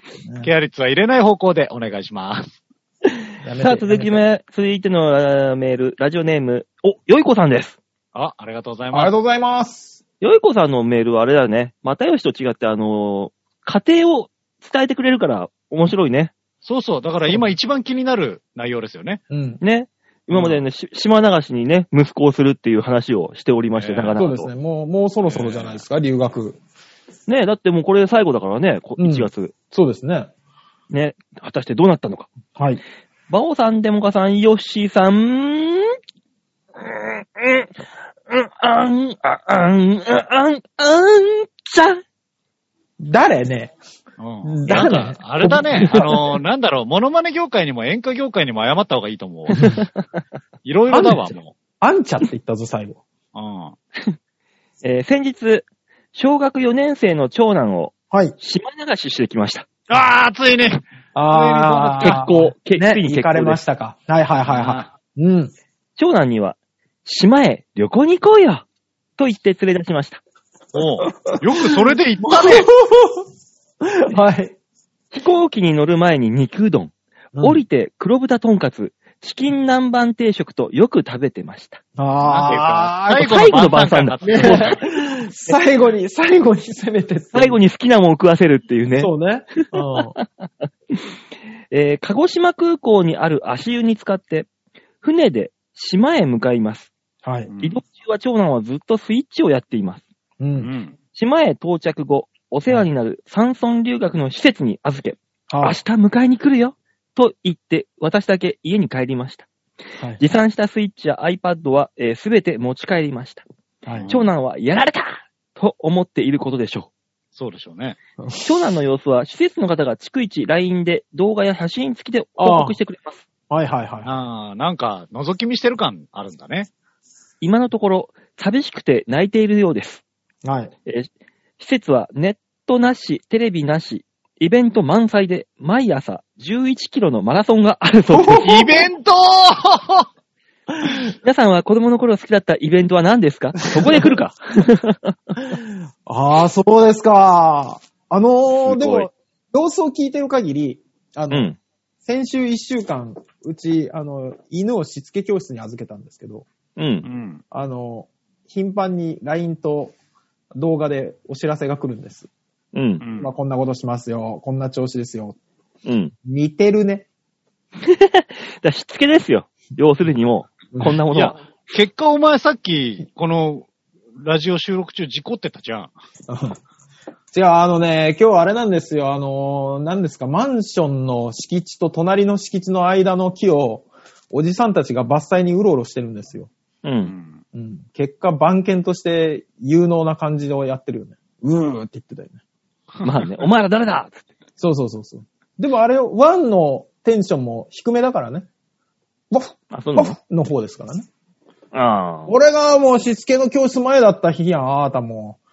D: ケアリッツは入れない方向でお願いします。
B: <laughs> さあ、続き
C: あり
B: め、続いてのあーメール、ラジオネーム、お、よいこさんです。
D: あ、ありがとうござい
C: が
D: ます。
C: とうございます。
B: よいこさんのメールはあれだよね。又吉と違って、あの、家庭を伝えてくれるから面白いね。
D: そうそう。だから今一番気になる内容ですよね。
C: うん。
B: ね。今までね、し島流しにね、息子をするっていう話をしておりまして、
D: えー
B: なかな
C: そう
B: か
C: です
B: と。
C: ね。もう、もうそろそろじゃないですか、留学。
B: ね、だってもうこれ最後だからね、こ
C: うん
B: 1月。
C: そうですね。
B: ね、果たしてどうなったのか。
C: はい。
B: バオさん、デモカさん、ヨッシーさん、うん、うん、うん、あん、ああん、ああん、あん、ちゃん。
C: 誰ね。
D: うん。
C: だ
D: な
C: ね
D: んか、あれだね。あのー、なんだろう、モノマネ業界にも演歌業界にも謝った方がいいと思う。いろいろだわ、も
C: あんちゃって言ったぞ、最後。
D: う。う
B: えー先日、小学4年生の長男を
C: はい。
B: 島流ししてきました。
D: ん。ああ、ついに
C: あ
B: 結
C: ー。
B: 婚。結
C: ね
B: ついに、
C: 行
B: 結
C: かれ
B: 婚で。
C: ますしたか。はいはいはいは
D: あ
C: い。うん。
B: 長男には、島へ旅行に行こうよと言って連れ出しま <laughs> した。
D: おうよくそれで言ったね。
C: はい。
B: 飛行機に乗る前に肉うどん、降りて黒豚とんかつ、チキン南蛮定食とよく食べてました。
C: ああ
D: なんていうか
B: 最後の晩餐だ
D: 最後の晩餐
C: <laughs>
D: だ。
C: 最後に、最後に攻めてって。
B: 最後に好きなもんを食わせる <laughs> っていうね。
C: そうね。うん
B: えー鹿児島空港にある足湯に使って、船で島へ向かいます。
C: はい。
B: 移動中は長男はずっとスイッチをやっています。
C: う。
D: うんん。
B: 島へ到着後、お世話になる山村留学の施設に預け、明
C: はい。
B: 日迎えに来るよと言って、私だけ家に帰りました。
C: はい
B: 持参したスイッチや iPad はすべ、全て持ち帰りました。
C: はい
B: 長男はやられたと思っていることでしょ
D: そうでしょうね。
B: う。長男の様子は施設の方が逐一 LINE で動画や写真付きで報告してくれます。
C: はいはいは
D: ああ、なんか、覗き見してる感あるんだね。
B: 今のところ寂しくて泣いているようです。
C: い。はい。
B: えー施設はネットなし、テレビなし、イベント満載で毎朝11キロのマラソンがあるそうで
D: <laughs>
B: す。
D: イベントー
B: 皆さんは子供の頃好きだったイベントは何ですかそこで来るか。
C: ああ、そうですか。あのー、
B: す
C: で
B: ごい
C: も、様子を聞いてる限り、あ
B: う
C: の、
B: ん。
C: 先週一週間、うち、あの、犬をしつけ教室に預けたんですけど、
B: う。
D: うんん。
C: あの、頻繁に LINE と動画でお知らせが来るんです。
B: うん
D: う。ん
C: まあ、こんなことしますよ。こんな調子ですよ。
B: うん。
C: 似てるね。
B: だからしつけですよ。要するにもう、こんなも
D: い
B: の
D: や
B: は。、
D: 結果お前さっき、この、ラジオ収録中事故ってたじゃん。
C: 違う、あのね、今日あれなんですよ。あの、何ですか、マンションの敷地と隣の敷地の間の木を、おじさんたちが伐採にうろうろしてるんですよ。
B: う。
D: うんん。
C: うん。結果、番犬として有能な感じをやってるよね。うーって言ってたよね。
B: まあね、お前ら誰だつって
C: そうそうそうそう。でもあれ、ワンのテンションも低めだからね。ワッ
B: あ、そうな
C: ワ
B: の
C: ッの方ですからね。
B: あ
C: 俺がもうしつけの教室前だった日やん、あなたもう。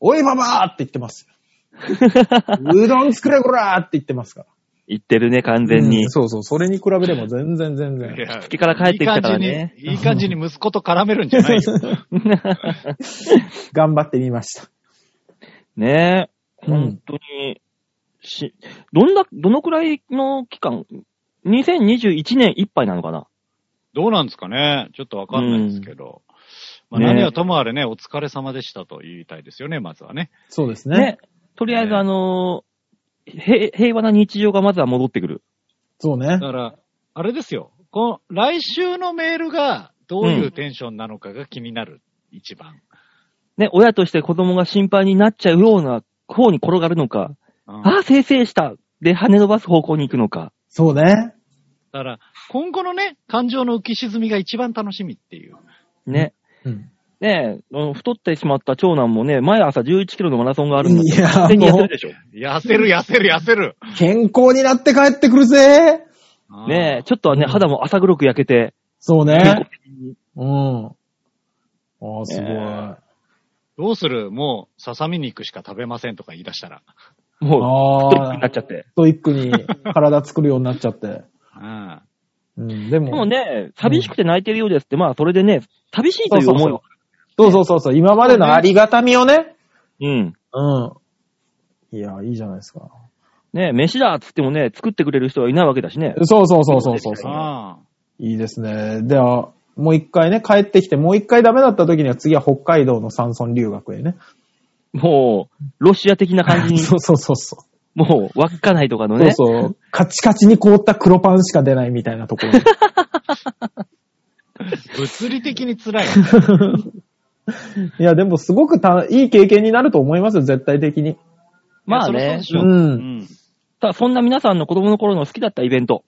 C: おい、ばばーって言ってますよ。
B: あ。
C: うどん作れ、こらーって言ってますから。
B: <laughs> 言ってるね、完全に。
C: うんそうそう、それに比べれば全然全
D: い
C: 然。
D: や
B: つけから帰ってきたからね
D: いい感じに、いい感じに息子と絡めるんじゃないよ。
C: 頑張ってみました。
B: ねえ、
C: うん
B: 本当に、し、どんな、どのくらいの期間 ?2021 年いっぱいなのかな
D: どうなんですかねちょっとわかんないですけど。
B: うん
D: まあ、
B: ね
D: 何はともあれね、お疲れ様でしたと言いたいですよね、まずはね。
C: そうですね。
B: ねとりあえず
D: ね
B: あのーへ平和な日常がまずは戻ってくる。
C: そうね
D: だ。から、あれですよ。この、来週のメールが、どういうテンションなのかが気になる、一番。
B: ね、親として子供が心配になっちゃうような方に転がるのか、
D: うん
B: ああ、せいせいしたで跳ね伸ばす方向に行くのか。
C: そうね。
D: だから、今後のね、感情の浮き沈みが一番楽しみっていう。
B: ね。
C: うん。
B: ねえ、あの太ってしまった長男もね、毎朝11キロのマラソンがあるんだ
C: いや
B: 勝手に痩せるでしょ。
D: 痩せる、痩せる、痩せる。
C: 健康になって帰ってくるぜ
B: ねえ、
D: ょ
B: ちょっとはね、
C: うん
B: 肌も浅黒く焼けて、
C: そう
B: 健
C: ね
B: 康。的に
C: うん。ああ、すごい。
B: え
D: どうするもう、ささみ肉しか食べませんとか言い出したら。
B: もう、太
C: あ
B: っ
C: あ
B: になっちゃって。
C: ストイックに体作るようになっちゃって。
D: うん。
C: うん、でも
B: でもね、寂しくて泣いてるようですって、まあ、それでね、寂しいという思いを。
C: そうそうそうそう、今までのありがたみをね。
B: うん。
C: うん。いや、いいじゃないですか。
B: ねえ、飯だっつってもね、作ってくれる人はいないわけだしね。
C: そうそうそうそうそうそう。
D: あ
C: いいですね。では、もう一回ね、帰ってきて、もう一回ダメだった時には次は北海道の山村留学へね。
B: もう、ロシア的な感じに、
C: <laughs> そうそうそうそう。
B: もう、稚内とかの
C: そう
B: ね、
C: そう。カチカチに凍った黒パンしか出ないみたいな
B: <laughs>
C: ところに。
D: あ。物理的に辛い。 <laughs>
C: いや、でもすごくたいい経験になると思いますよ、絶対的に。
B: まあ
D: いや
B: ね、
D: そりゃそううでしょ
C: ん
D: うん。
B: ただそんな皆さんの子供の頃の好きだったイベント。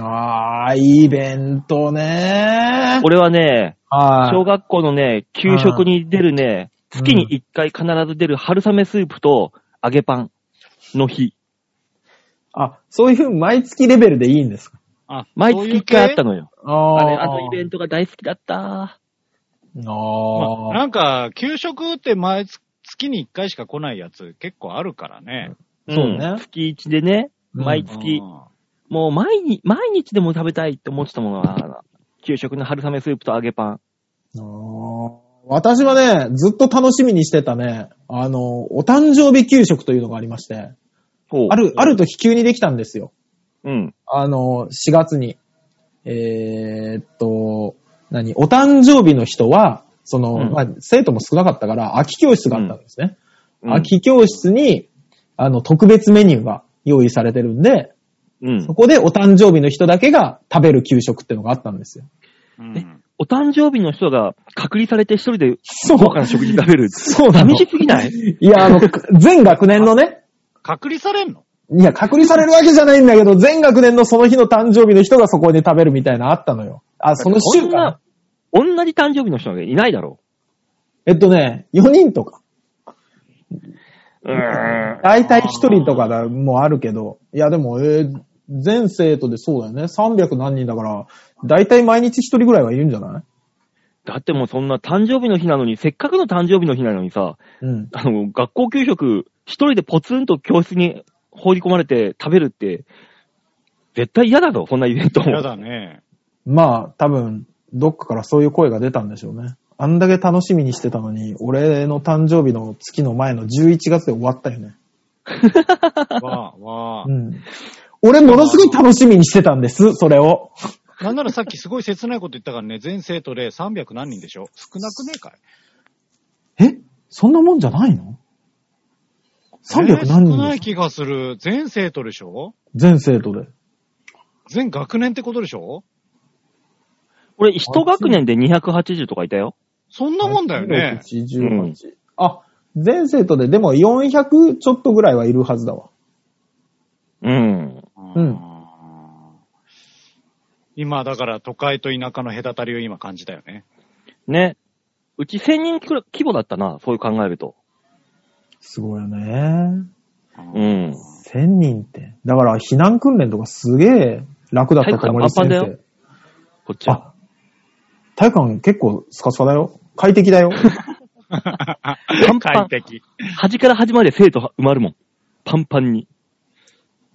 C: ああ、イベントね。
B: 俺はね、
C: はい。
B: 小学校のね、給食に出るね、
C: うん
B: 月に1回必ず出る春雨スープと揚げパンの日。
C: あ、そういう毎月レベルでいいんですか
D: あ、
B: 毎月1回あった
D: の。
B: のよ。
C: あ
B: あれ、あのイベントが大好きだった。
C: ト。
D: まあ
C: ああ。
D: なんか、給食って毎月月に1回しか来ないやつ結構あるからね。
C: そうね
B: ん月1でね、
C: うん
B: 毎月、
D: うん
B: もう毎日、毎日でも食べたいって思ってたものが、給食の春雨スープと揚げパン。
C: あー私はね、ずっと楽しみにしてたね、あの、お誕生日給食というのがありまして、
B: ほう
C: ある、ある時急にできたんですよ。
B: うん。
C: あの、4月に。えーっと、何お誕生日の人は、その、
B: うん
C: まあ、生徒も少なかったから、空き教室があったんですね。
B: うん
C: 空き教室に、あの、特別メニューが用意されてるんで、
B: うん
C: そ。こでお誕生日の人だけが食べる給食ってのがあったんですよ。
D: うん
B: お誕生日の人が隔離されて一人で
C: そう
B: 豪華な食事食べる。
C: そうな
B: 寂
C: の。
B: し
C: <laughs> い
B: すぎない
C: や、あの、全学年のね、
D: 隔離されんの
C: いや、隔離されるわけじゃないんだけど、全学年のその日の誕生日の人がそこで食べるみたいなのあったのよ。あ、その週間
B: な。同じ誕生日の人がいないだろ
C: えっとね、4人とか。
B: う。うーん。
C: 大体1人とかだもあるけど、いや、でも、えー全生徒でそうだよね。300何人だから、大体毎日1人ぐらいはいるんじゃない
B: だってもうそんな誕生日の日なのに、せっかくの誕生日の日なのにさ、
C: うん。
B: あの、学校給食、一人でポツンと教室に放り込まれて食べるって、絶対嫌だぞ、そんなイベントも。
D: やだね。
C: まあ、多分、どっかからそういう声が出たんでしょうね。あんだけ楽しみにしてたのに、俺の誕生日の月の前の11月で終わったよね。
D: わあ、わあ
C: う。ん。俺ものすごい楽しみにしてたんです、それを。
D: なんならさっきすごい切ないこと言ったからね、全生徒で300何人でしょ少なくねえかい
C: えそんなもんじゃないの ?300 何人
D: えー少な
C: で
D: い
C: す
D: 気がする。全生徒でしょ
C: 全生徒で。
D: 全学年ってことでしょ
B: 俺、一学年で280とかいたよ。
D: そんなもんだよね。
C: 1
B: うん
C: あ、全生徒で、でも400ちょっとぐらいはいるはずだわ。
B: うん。
C: うん
D: 今、だから都会と田舎の隔たりを今感じたよね。
B: ね。うち1000人くら規模だったな、そういう考えると。
C: すごいよね。
D: <laughs>
B: うん。
C: 1000人って。だから避難訓練とかすげえ楽だったと思います
B: 体育館パンパンだ
C: ね
B: よ。こっちは。
C: あ、体育館結構スカスカだよ。快適
D: <laughs>
C: だよ。
B: ンパン
D: 快適。
B: 端から端まで生徒は埋まるもん。パンパンに。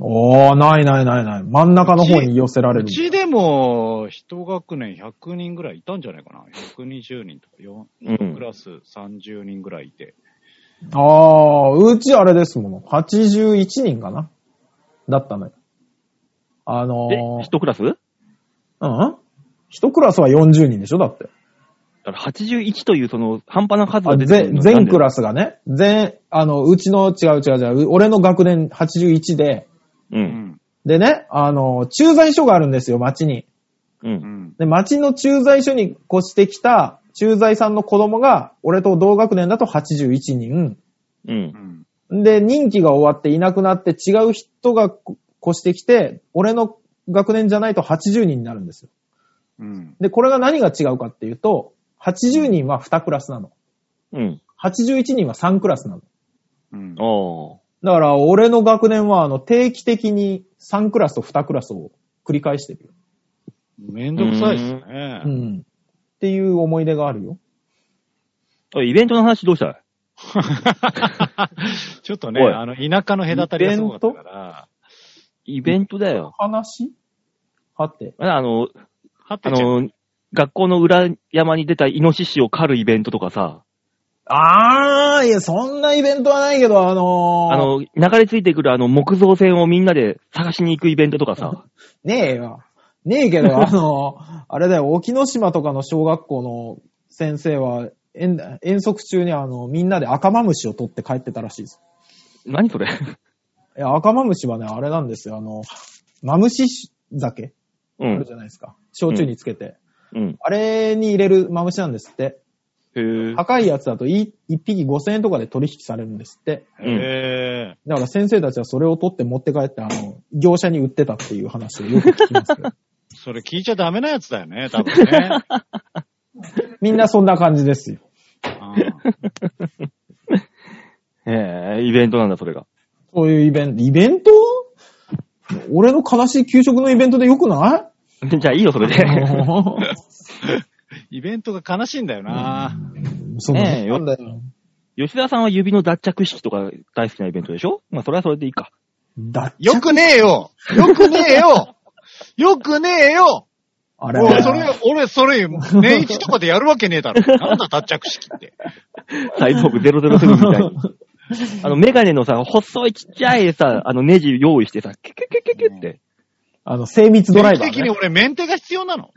C: おー、ないないないない。真ん中の方に寄せられ
D: う
C: る。
D: ちでも、一学年100人ぐらいいたんじゃないかな。120人とか、4
B: うん
D: クラス30人ぐらいいて。
C: あー、うちあれですもん。81人かな。だったのよ。あの
B: え、
C: ー、
B: 一クラスだ
C: うん一クラスは40人でしょだって。
B: から81というその半端な数
C: あ
B: が出てくる
C: 全
B: の
C: 全ク
B: ス。
C: ラスがね、全、あの、うちの、違う違う違う、俺の学年81で、
B: う。
D: うんん。
C: でね、あの、駐在所があるんですよ、町に。
B: う。
D: うんん。
C: で、町の駐在所に越してきた駐在さんの子供が、俺と同学年だと81人。
B: うん
D: う。ん。
C: で、任期が終わっていなくなって違う人がこ越してきて、俺の学年じゃないと80人になるんですよ。
D: うん。
C: で、これが何が違うかっていうと、80人は2クラスなの。
B: うん。
C: 81人は3クラスなの。
D: うん。
B: おー。
C: だから、俺の学年は、あの、定期的に3クラスと2クラスを繰り返してるよ。
D: めんどくさいです
C: う
D: ね。
C: ん。っていう思い出があるよ。
B: おいイベントの話どうしたい
D: <laughs> ちょっとね、
B: おい
D: あの、田舎の隔たりがすごかったから、
B: イベントだよ。
C: 話はて。
B: あの、
D: はて
B: あ
D: ちゃん
B: の、学校の裏山に出たイノシシを狩るイベントとかさ、
C: あー、いや、そんなイベントはないけど、あのー、
B: あの、流れ着いてくるあの木造船をみんなで探しに行くイベントとかさ、
C: ねえよ。ねえけど、あのー、あれだよ、沖ノ島とかの小学校の先生は、遠遠足中にあの、みんなで赤マムシを取って帰ってたらしいです。
B: 何それ <laughs>
C: いや、赤マムシはね、あれなんですよ、あの、マムシ酒
B: う
C: ある
B: ん
C: じ。ゃないですか。焼酎につけて。
B: うん。
C: あれに入れるマムシなんですって。
B: へぇ
C: 高いやつだとい1匹5000円とかで取引されるんですって。
B: うん
D: え
C: だから先生たちはそれを取って持って帰って、あの、業者に売ってたっていう話をよく聞
B: <laughs>
C: きますけど。
D: ー、それ聞いちゃダメなやつだ
C: <laughs>
D: よね、多分ね。
C: みんなそんな感じですよ。
D: うん
B: へぇイベントなんだ、それが。
C: そういうイベント、イベント俺の悲しい給食のイベントでよく
D: <laughs>
C: ない
B: じゃあいいよ、それで。
D: イベントが悲しいんだよな。
C: そう
B: ねえ
C: なんだよ。
B: <laughs> 吉田さんは指の脱着式とか大好きなイベントでしょまあ、それはそれでいいか。
C: だ、
D: よくねえよよくねえよよくねえよ
C: あれは
D: 俺、それ、俺、それ、年一とかでやるわけね
C: <laughs>
D: えだろ。なんだ、脱着式って。
B: サイボーグ007みた <laughs> いに。あの、メガネのさ、細いちっちゃいさ、あの、ネジ用意してさ、キュキュキュキュキュって。
C: あの、精密ドライバ
D: 定期的
C: ー、
D: に
C: ね。
D: 俺、メンテが必要
C: <laughs>
D: なの。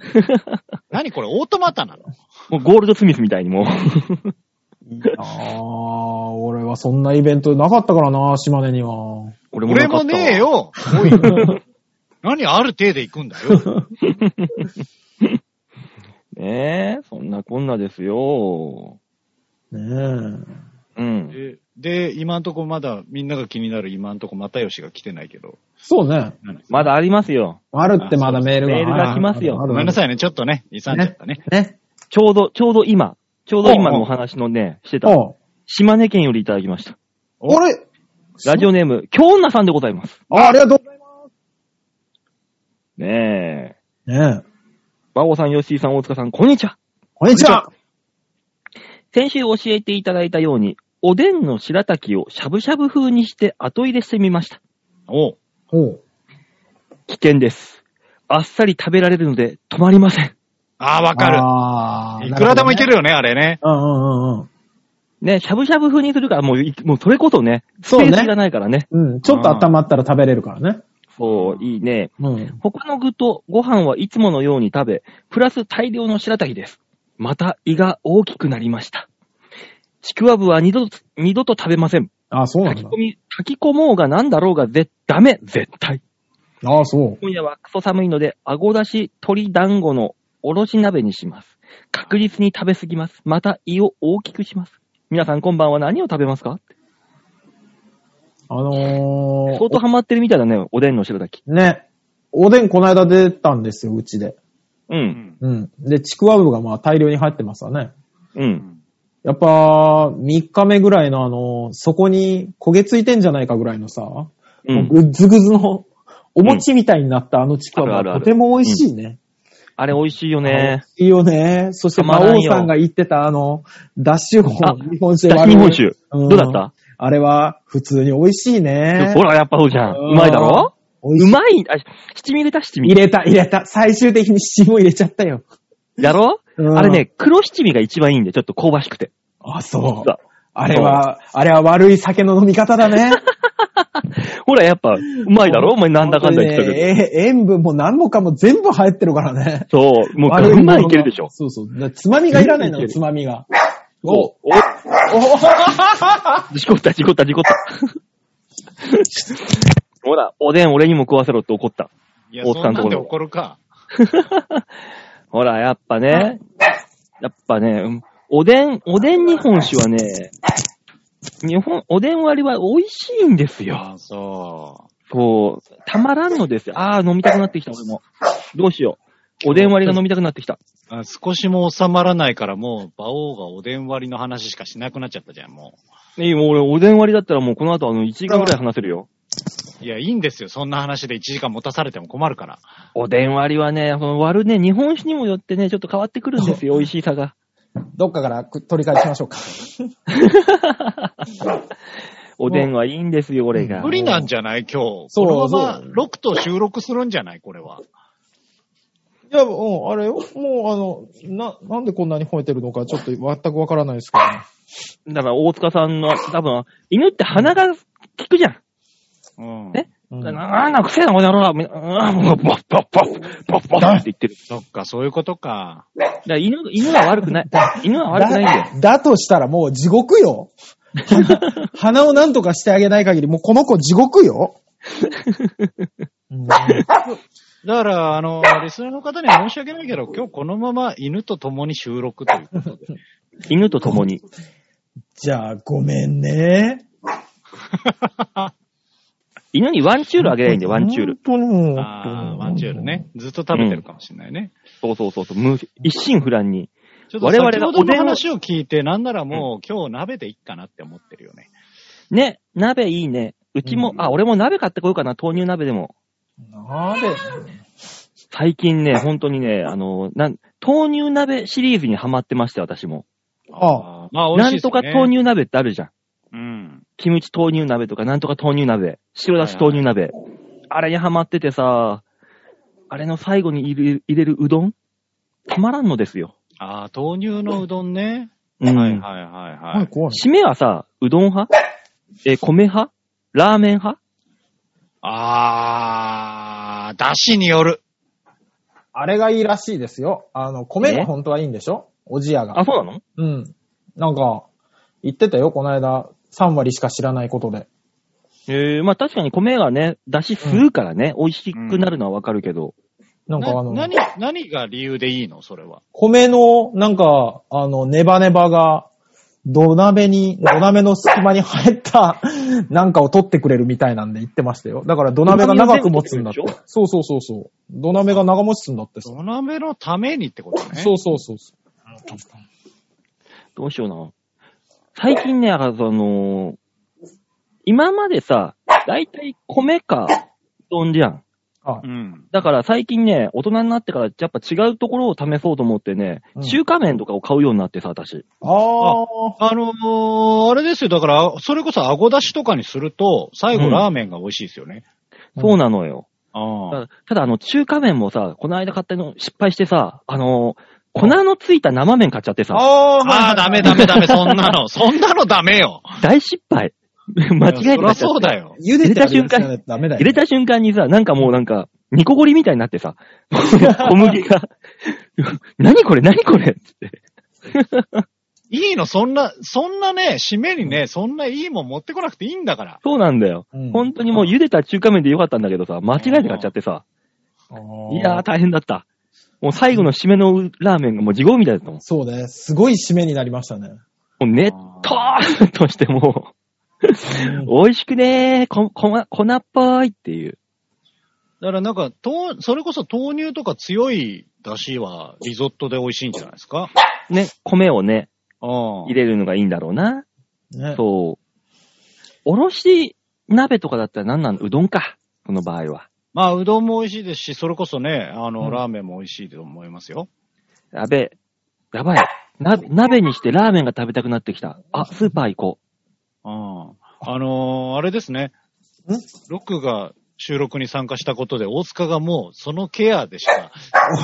D: 何これ、オートマタなの
B: もうゴールドスミスみたいにもう。
C: ああ、俺はそんなイベントなかったからな、島根には。
B: 俺
D: 俺
B: なか
D: も
B: ったわ
D: ねえ。よお <laughs> い。何ある程度行くんだよ。
B: なこんなですよ。
C: ね
B: うん。
D: で、で今んとこまだ、みんなが気になる今んとこ又吉が来てないけど。
C: そうね。
B: まだありますよ。
C: あるってまだメールが。
B: メールが来ますよ
C: あるある
D: ごめんなさいね、ちょっとね、勇んじゃったね。
C: ね。
B: ちょうど、ちょうど今、ちょうど今のお話のね、してた、
C: あ
B: 島根県よりいただきました。
C: あれ
B: ラジオネーム、京女さんでございます。
C: あありがとうござい
B: ねえ。
C: ます。ねえ。
B: 馬王さん、吉井さん、大塚さん、こんにちは。
C: こんにちは。
B: 先週教えていただいたように、おでんの白滝をしゃぶしゃぶ風にして後入れしてみました。
D: おう
C: おう。
B: 危険です。あっさり食べられるので止まりません。
D: ああ、わか
C: あ
D: る。
C: ー
D: いくらでもいけ。
C: な
D: るよね、あれね。
C: ほどね
B: ね、しゃぶしゃぶ風にするから、もうい、もうそれこそね、ス
C: そう
B: ペ
C: ね
B: ースがないからね。
C: うんうんうん。うん。ちょっと温まったら食べれるからね。
B: そう、いいね。
C: うん。
B: 他の具とご飯はいつものように食べ、プラス大量の白滝です。また胃が大きくなりました。ちくわぶは二度と、二度と食べません。
C: あそうな
B: <laughs>
C: ん
B: 炊き
C: だ
B: 込。み、炊き込もうが何だろうがぜ、ダメ、絶対。
C: ああ、そう。
B: 今夜はクソ寒いので、あごだし鶏団子のおろし鍋にします。確実に食べ過ぎます。また胃を大きくします。皆さんこんばんは何を食べますか
C: あの
B: 相当
C: ー、
B: ハマってるみたいだね、おでんの白滝。
C: ね。おでんこの間出たんですよ、うちで。
B: う、
D: うんん。
C: うん。で、ちくわぶがまあ大量に入ってますわね。
B: うん。
C: やっぱ、3日目ぐらいのあの、そこに焦げついてんじゃないかぐらいのさ、
B: うん
C: ぐっずぐずの、お餅みたいになったあのちく
B: あ
C: わ
B: る
C: ぶ
B: ある
C: は
B: あ
C: と
B: る
C: ても美味しいね。
B: あれ美味しいよね。
C: いいよね。そして、
B: たま
C: 馬
B: らんよ
C: 王さんが言ってたあの、ダッシュ本
B: あ、
C: 日本酒
B: だし
C: 割
B: 日
C: る
B: 本酒。ど
C: うん
B: うだった
C: あれは、普通に美味しいね。
B: ほら、やっぱそうじゃん。
C: うん
B: うまいだろ
C: 美味し
B: う
C: い
B: まいあ、七味入れた七
C: 入
B: 味。
C: れた、入れた。最終的に七も入れちゃったよ。
B: だろ
C: うん
B: あれね、黒七味が一番いいんで、ちょっと香ばしくて。
C: あ、そう
B: 実は。
C: あれは、あれは悪い酒の飲み方だ <laughs> ね。
B: ほら、やっぱ、うまいだろお前なんだかんだ言ってたけど。
C: 本当にねえ塩分も何もかも全部入ってるからね。
B: そう、もう
C: 悪
B: ガ
C: い
B: ン
C: も
B: ガ
C: の
B: ン
C: が
B: いけるでしょ。
C: そうそう。だからつまみがいらないのよ、
B: 全
C: つまみが。
B: お、お、事故った、事故った、事故
C: <laughs>
B: った。ほら、おでん俺にも食わせろって怒った。
D: いや、
B: 大
D: そ
B: 塚
D: ん
B: の
D: なんで
B: ところ
D: 怒るか。
B: <laughs> ほら、やっぱね、やっぱね、うんおでん、おでん日本酒はね、日本、おでん割りは美味しいんですよ。
D: ああ、そう。
B: そう、たまらんのですよ。あー、飲みたくなってきた、俺も。どうしよう。おでん割りが飲みたくなってきた。
D: あ少しも収まらないから、もう、馬王がおでん割りの話しかしなくなっちゃったじゃん、も
B: いい、もう俺、おでん割りだったらもうこの後、あの、1時間ぐらい話せるよ。
D: う。いや、いいんですよ。そんな話で1時間持たされても困るから。
B: おでん割りはね、その割るね、日本酒にもよってね、ちょっと変わってくるん
D: <laughs>
B: ですよ、美味しさが。
C: どっかから取り返しましょうか。
B: おでんはいいんですよ、俺が。
D: 無理なんじゃない今日。
C: そう
D: このまま
C: そう
D: 6と収録するんじゃないこれは。
C: いや、うん、あれよもうあの、な、なんでこんなに吠えてるのかちょっと全くわからないですけど、ね。
B: だから、大塚さんの、多分、犬って鼻が効くじゃん。
D: うん。
B: え
C: うん
B: なんだ、癖なこの野郎みあーもう、バッバッバッ、バッバッって言ってる。
D: そっか、そういうことか。
B: だから犬、犬は悪くない。犬は悪くないんだよ。
C: だだとしたらもう地獄
B: <laughs>
C: よ。鼻鼻をなんとかしてあげない限り、もうこの子地
B: <laughs>
C: 獄よ。うん
D: <laughs> だから、あ <laughs> の、リスナーの方には申し訳ない <laughs> けど、今日このまま犬と共に収録という
C: <laughs>
D: ことで。
B: 犬と共に。
C: じゃあ、ごめんね。
B: 犬にワンチュールあげないんだよ、ワンチュール。
C: 本当にもう
D: ああ、ワンチュール。ね。ずっと食べてるかもしれないね。
B: そうそうそうそう、無一心不乱に。
D: ちょっと
B: 我々が
D: 先ほど
B: おでん
D: の
B: を
D: 話を聞いて、なんならもう今日鍋でいっかなって思ってるよね。
B: ね、鍋いいね。うちも、
C: う
B: あ、俺も鍋買ってこようかな、豆乳鍋でも。
C: なんで
B: 最近ね、本当にね、あの、なん、豆乳鍋シリーズにハマってまして、私も。
C: あ
D: あー。まあ、美
B: な
D: 味しい
B: ん
D: です
B: と
D: ね。
B: か豆。乳鍋ってあるじゃん。
D: うん。
B: キムチ豆乳鍋とか、なんとか豆乳鍋、白だし豆乳鍋。あれにハマっててさ、あれの最後に入れ入れるうどんたまらんのですよ。
D: ああ、豆乳のうどんね。
B: うん
D: はいはいはいは
C: はい、
D: い。
C: 怖い。
B: 締めはさ、うどん派え、米派ラーメン派
D: ああ、だしによる。
C: あれがいいらしいですよ。あの、米が本当はいいんでしょおじやが。
B: あ、そうなの
C: うん。なんか、言ってたよ、この間。3割しか知らないことで。
B: えー、まあ確かに米がね、出汁吸うからね、美味しくなるのはわかるけど、
C: なんかあの、
D: 何、何が理由でいいのそれは。
C: 米の、なんか、あの、ネバネバが、土鍋に、土鍋の隙間に入った、 <laughs> なんかを取ってくれるみたいなんで言ってましたよ。だから土鍋が長く持つんだって
B: 土鍋を全部取ってくれるでし。
C: そうそうそうそう。土鍋が長持ちするんだってさ。
D: 土鍋のためにってことね。
C: そうそうそうそう。
B: どうしような。最近ね、あの、今までさ、だいたい米か、うどんじゃん。
D: うん。
B: だから最近ね、大人になってからやっぱ違うところを試そうと思ってね、
C: うん
B: 中華麺とかを買うようになってさ、私。
C: ああ。
D: あのー、あれですよ。だから、それこそ顎出しとかにすると、最後
B: うん
D: ラーメンが美味しいですよね。
C: うん
B: そうなのよ。
D: ああ。
B: たただあの、中華麺もさ、この間買ったの失敗してさ、あの、粉のついた生麺買っちゃってさ、
C: あー
D: ああ、ダメダメダメ、そんなの。 <laughs> そんなのダメよ。
B: 大失敗。 <laughs> 間違えて
D: そ
B: 買
D: ら
B: っちゃっ
D: そう
B: て。
D: だよ。
C: 茹でてあるやつじゃないとダメだよ。
B: 入れた瞬間にさ、なんかもうなんか、煮こごりみたいになってさ、 <laughs> 小麦が、 <laughs> 何これ何これつって。
D: いいの、そんな、そんなね、締めにね、そんないいもん持ってこなくていいんだから。
B: そうなんだよ。
C: うん
B: 本当にもう茹でた中華麺でよかったんだけどさ、間違えて買っちゃってさ、いやー
C: ー
B: 大変だった。もう最後の締めのラーメンがもう地獄みたいだったもん。
C: そうね。すごい締めになりましたね。
B: もうねっとーとしてもう、美味しくねー、こ、こま、粉っぽいっていう。
D: だからなんか、とうそれこそ豆乳とか強い出汁はリゾットで美味しいんじゃないですか
B: ね、米をね、
D: 入
B: 入れるのがいいんだろうな。
C: ね。
B: そう。おろし鍋とかだったら何なのうどんか。この場合は。
D: まあ、うどんも美味しいですし、それこそね、あの、
C: うん
D: ラーメンも美味しいと思いますよ。
B: やべえ。やばい。な、鍋にしてラーメンが食べたくなってきた。あ、スーパー行こ
D: うん。あのーあれですね
C: ん。
D: ロックが収録に参加したことで、大塚がもうそのケアでしか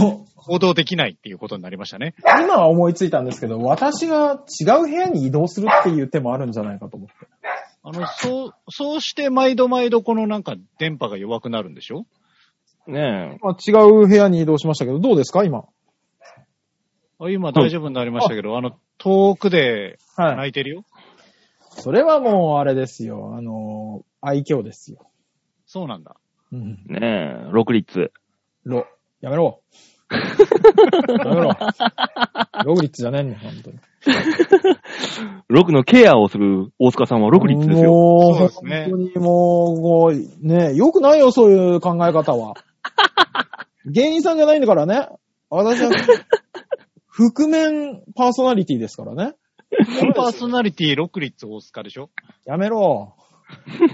C: お
D: 行動できないっていうことになりましたね。
C: 今は思いついたんですけど、私が違う部屋に移動するっていう手もあるんじゃないかと思って。
D: あの、そう、そうして毎度毎度このなんか電波が弱くなるんでしょ
B: う。ね
C: まあ、違う部屋に移動しましたけど、どうですか今。
D: あ今大丈夫になりましたけど、あの、遠くで
C: はい。
D: 泣いてるよ。
C: それはもう、あれですよ。あのー愛嬌ですよ。
D: そうなんだ。
C: うん。
B: え。ねえ。六立。
C: ろ。 <laughs> やめろ。やめろ。ログリッツじゃねえんだよ、本当に。
B: 六のケアをする大塚さんは六立ですよ。
C: もう、
D: そうですね
C: 本当にもう、もうね、よくないよ、そういう考え方は。芸人さんじゃないんだからね。私 <laughs> は、覆面パーソナリティですからね。
D: パーソナリティ、ロックリッツ大塚でしょ
C: やめろ。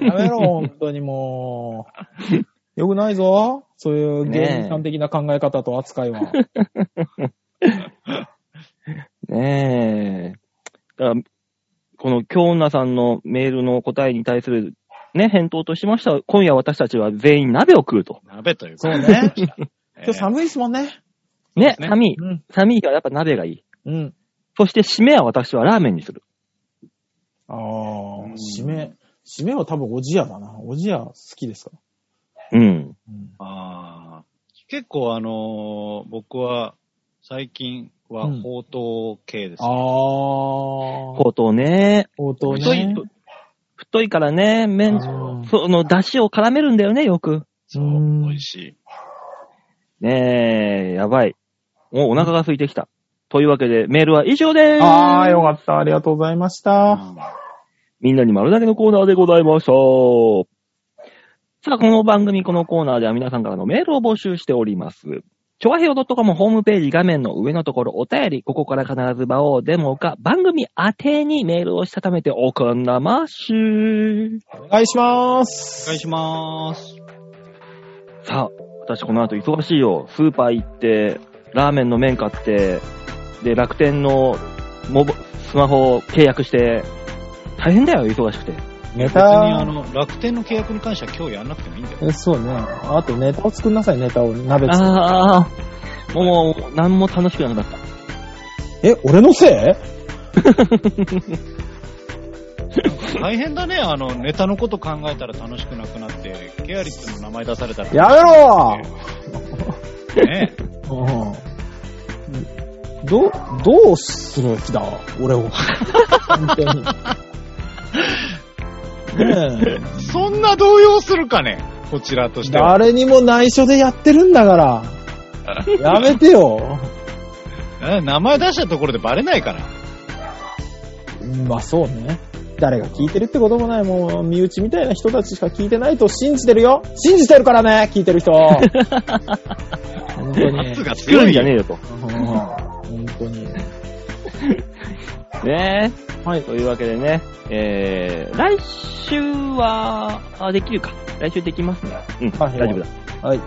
C: やめろ、本当にもう。よくないぞ。そういう芸人さん的な考え方と扱いは。
B: ねえ。だからこの京女さんのメールの答えに対するね、返答としましては、今夜私たちは全員鍋を食うと。
D: 鍋という
C: そ
D: か。
C: うね。
D: <laughs> え
C: 今
D: ー
C: 日寒いですもんね。
B: ね、
D: ね
B: 寒い。
C: うん。
B: 寒いからやっぱ鍋がいい。
C: うん。
B: そして締めは私はラーメンにする。
C: ああ、締め。締めは多分おじやだな。おじや好きですか
B: うん。
C: うん
D: ああ。結構あのー僕は最近は
C: うん
D: ほうとう系です、
C: ああ。
D: ね
B: ほうとうね。
C: 応答
D: 太い
C: ね。
B: 太いからね、麺、
C: あー
B: その、出汁を絡めるんだよね、よく。
D: そうう、
C: ん
D: 美味しい。
B: ねえ、やばい。もうお腹が空いてきた。というわけで、メールは以上でーす。
C: ああ、よかった。ありがとうございました。
B: みんなに丸投げのコーナーでございました。さあ、この番組、このコーナーでは皆さんからのメールを募集しております。ちょわへよ .com ホームページ画面の上のところお便り、ここから必ず場をデモか番組宛てにメールをしたためておくんなまし
C: お願いしま
D: お
C: す。
D: 願いします。
B: さあ、私この後忙しいよ。スーパー行って、ラーメンの麺買って、で、楽天のモバスマホを契約して、大変だよ、忙しくて。
C: ネ
D: 別にあ
C: タ、
D: の、楽天の契約に関しては今日やんなくてもいい
B: <laughs>
D: んだよ。
C: えそうね。あとネタを作んなさい、ネタを。鍋作っ
B: ああ、もう、何も楽しくなくなった。
C: て。え、俺のせい
D: 大変だね、あの、ネタのこと考えたら楽しくなくなって、ケアリッツの名前出されたら。
C: やめろ
D: ね
C: うん。ど、どうする気だ俺を。本当に。 <laughs> ね
D: そんな動揺するかね、こちらと
C: え
D: しては。
C: 誰にも内緒でやってるんだから。やめて
B: <laughs>
C: よ。
D: え名前出したところでバレないから。
C: まあそうね。誰が聞いてるってこともない、もう、身内みたいな人たちしか聞いてないと信じてるよ信じてるからね聞い
B: <laughs>
C: てる人本当に。
D: 圧が
B: 作る
D: 強
B: ん
D: い
B: じゃ
D: よ。
B: ねえよと。
C: うん本当に。
B: ね
C: はい
B: え。。というわけでね、えー、来週は、あ、できるか。来週できますね。うん、
C: は
B: 大
C: い
B: 丈夫だ。
C: はい。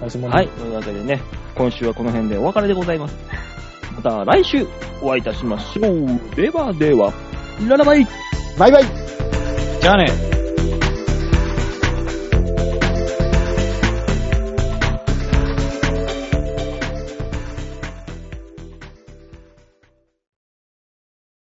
C: 私もね
B: はい。。というわけでね、今週はこの辺でお別れでございます。また来週お会いいたしましょう。ではでは、ララバイ
C: バイバイ
D: じゃあね。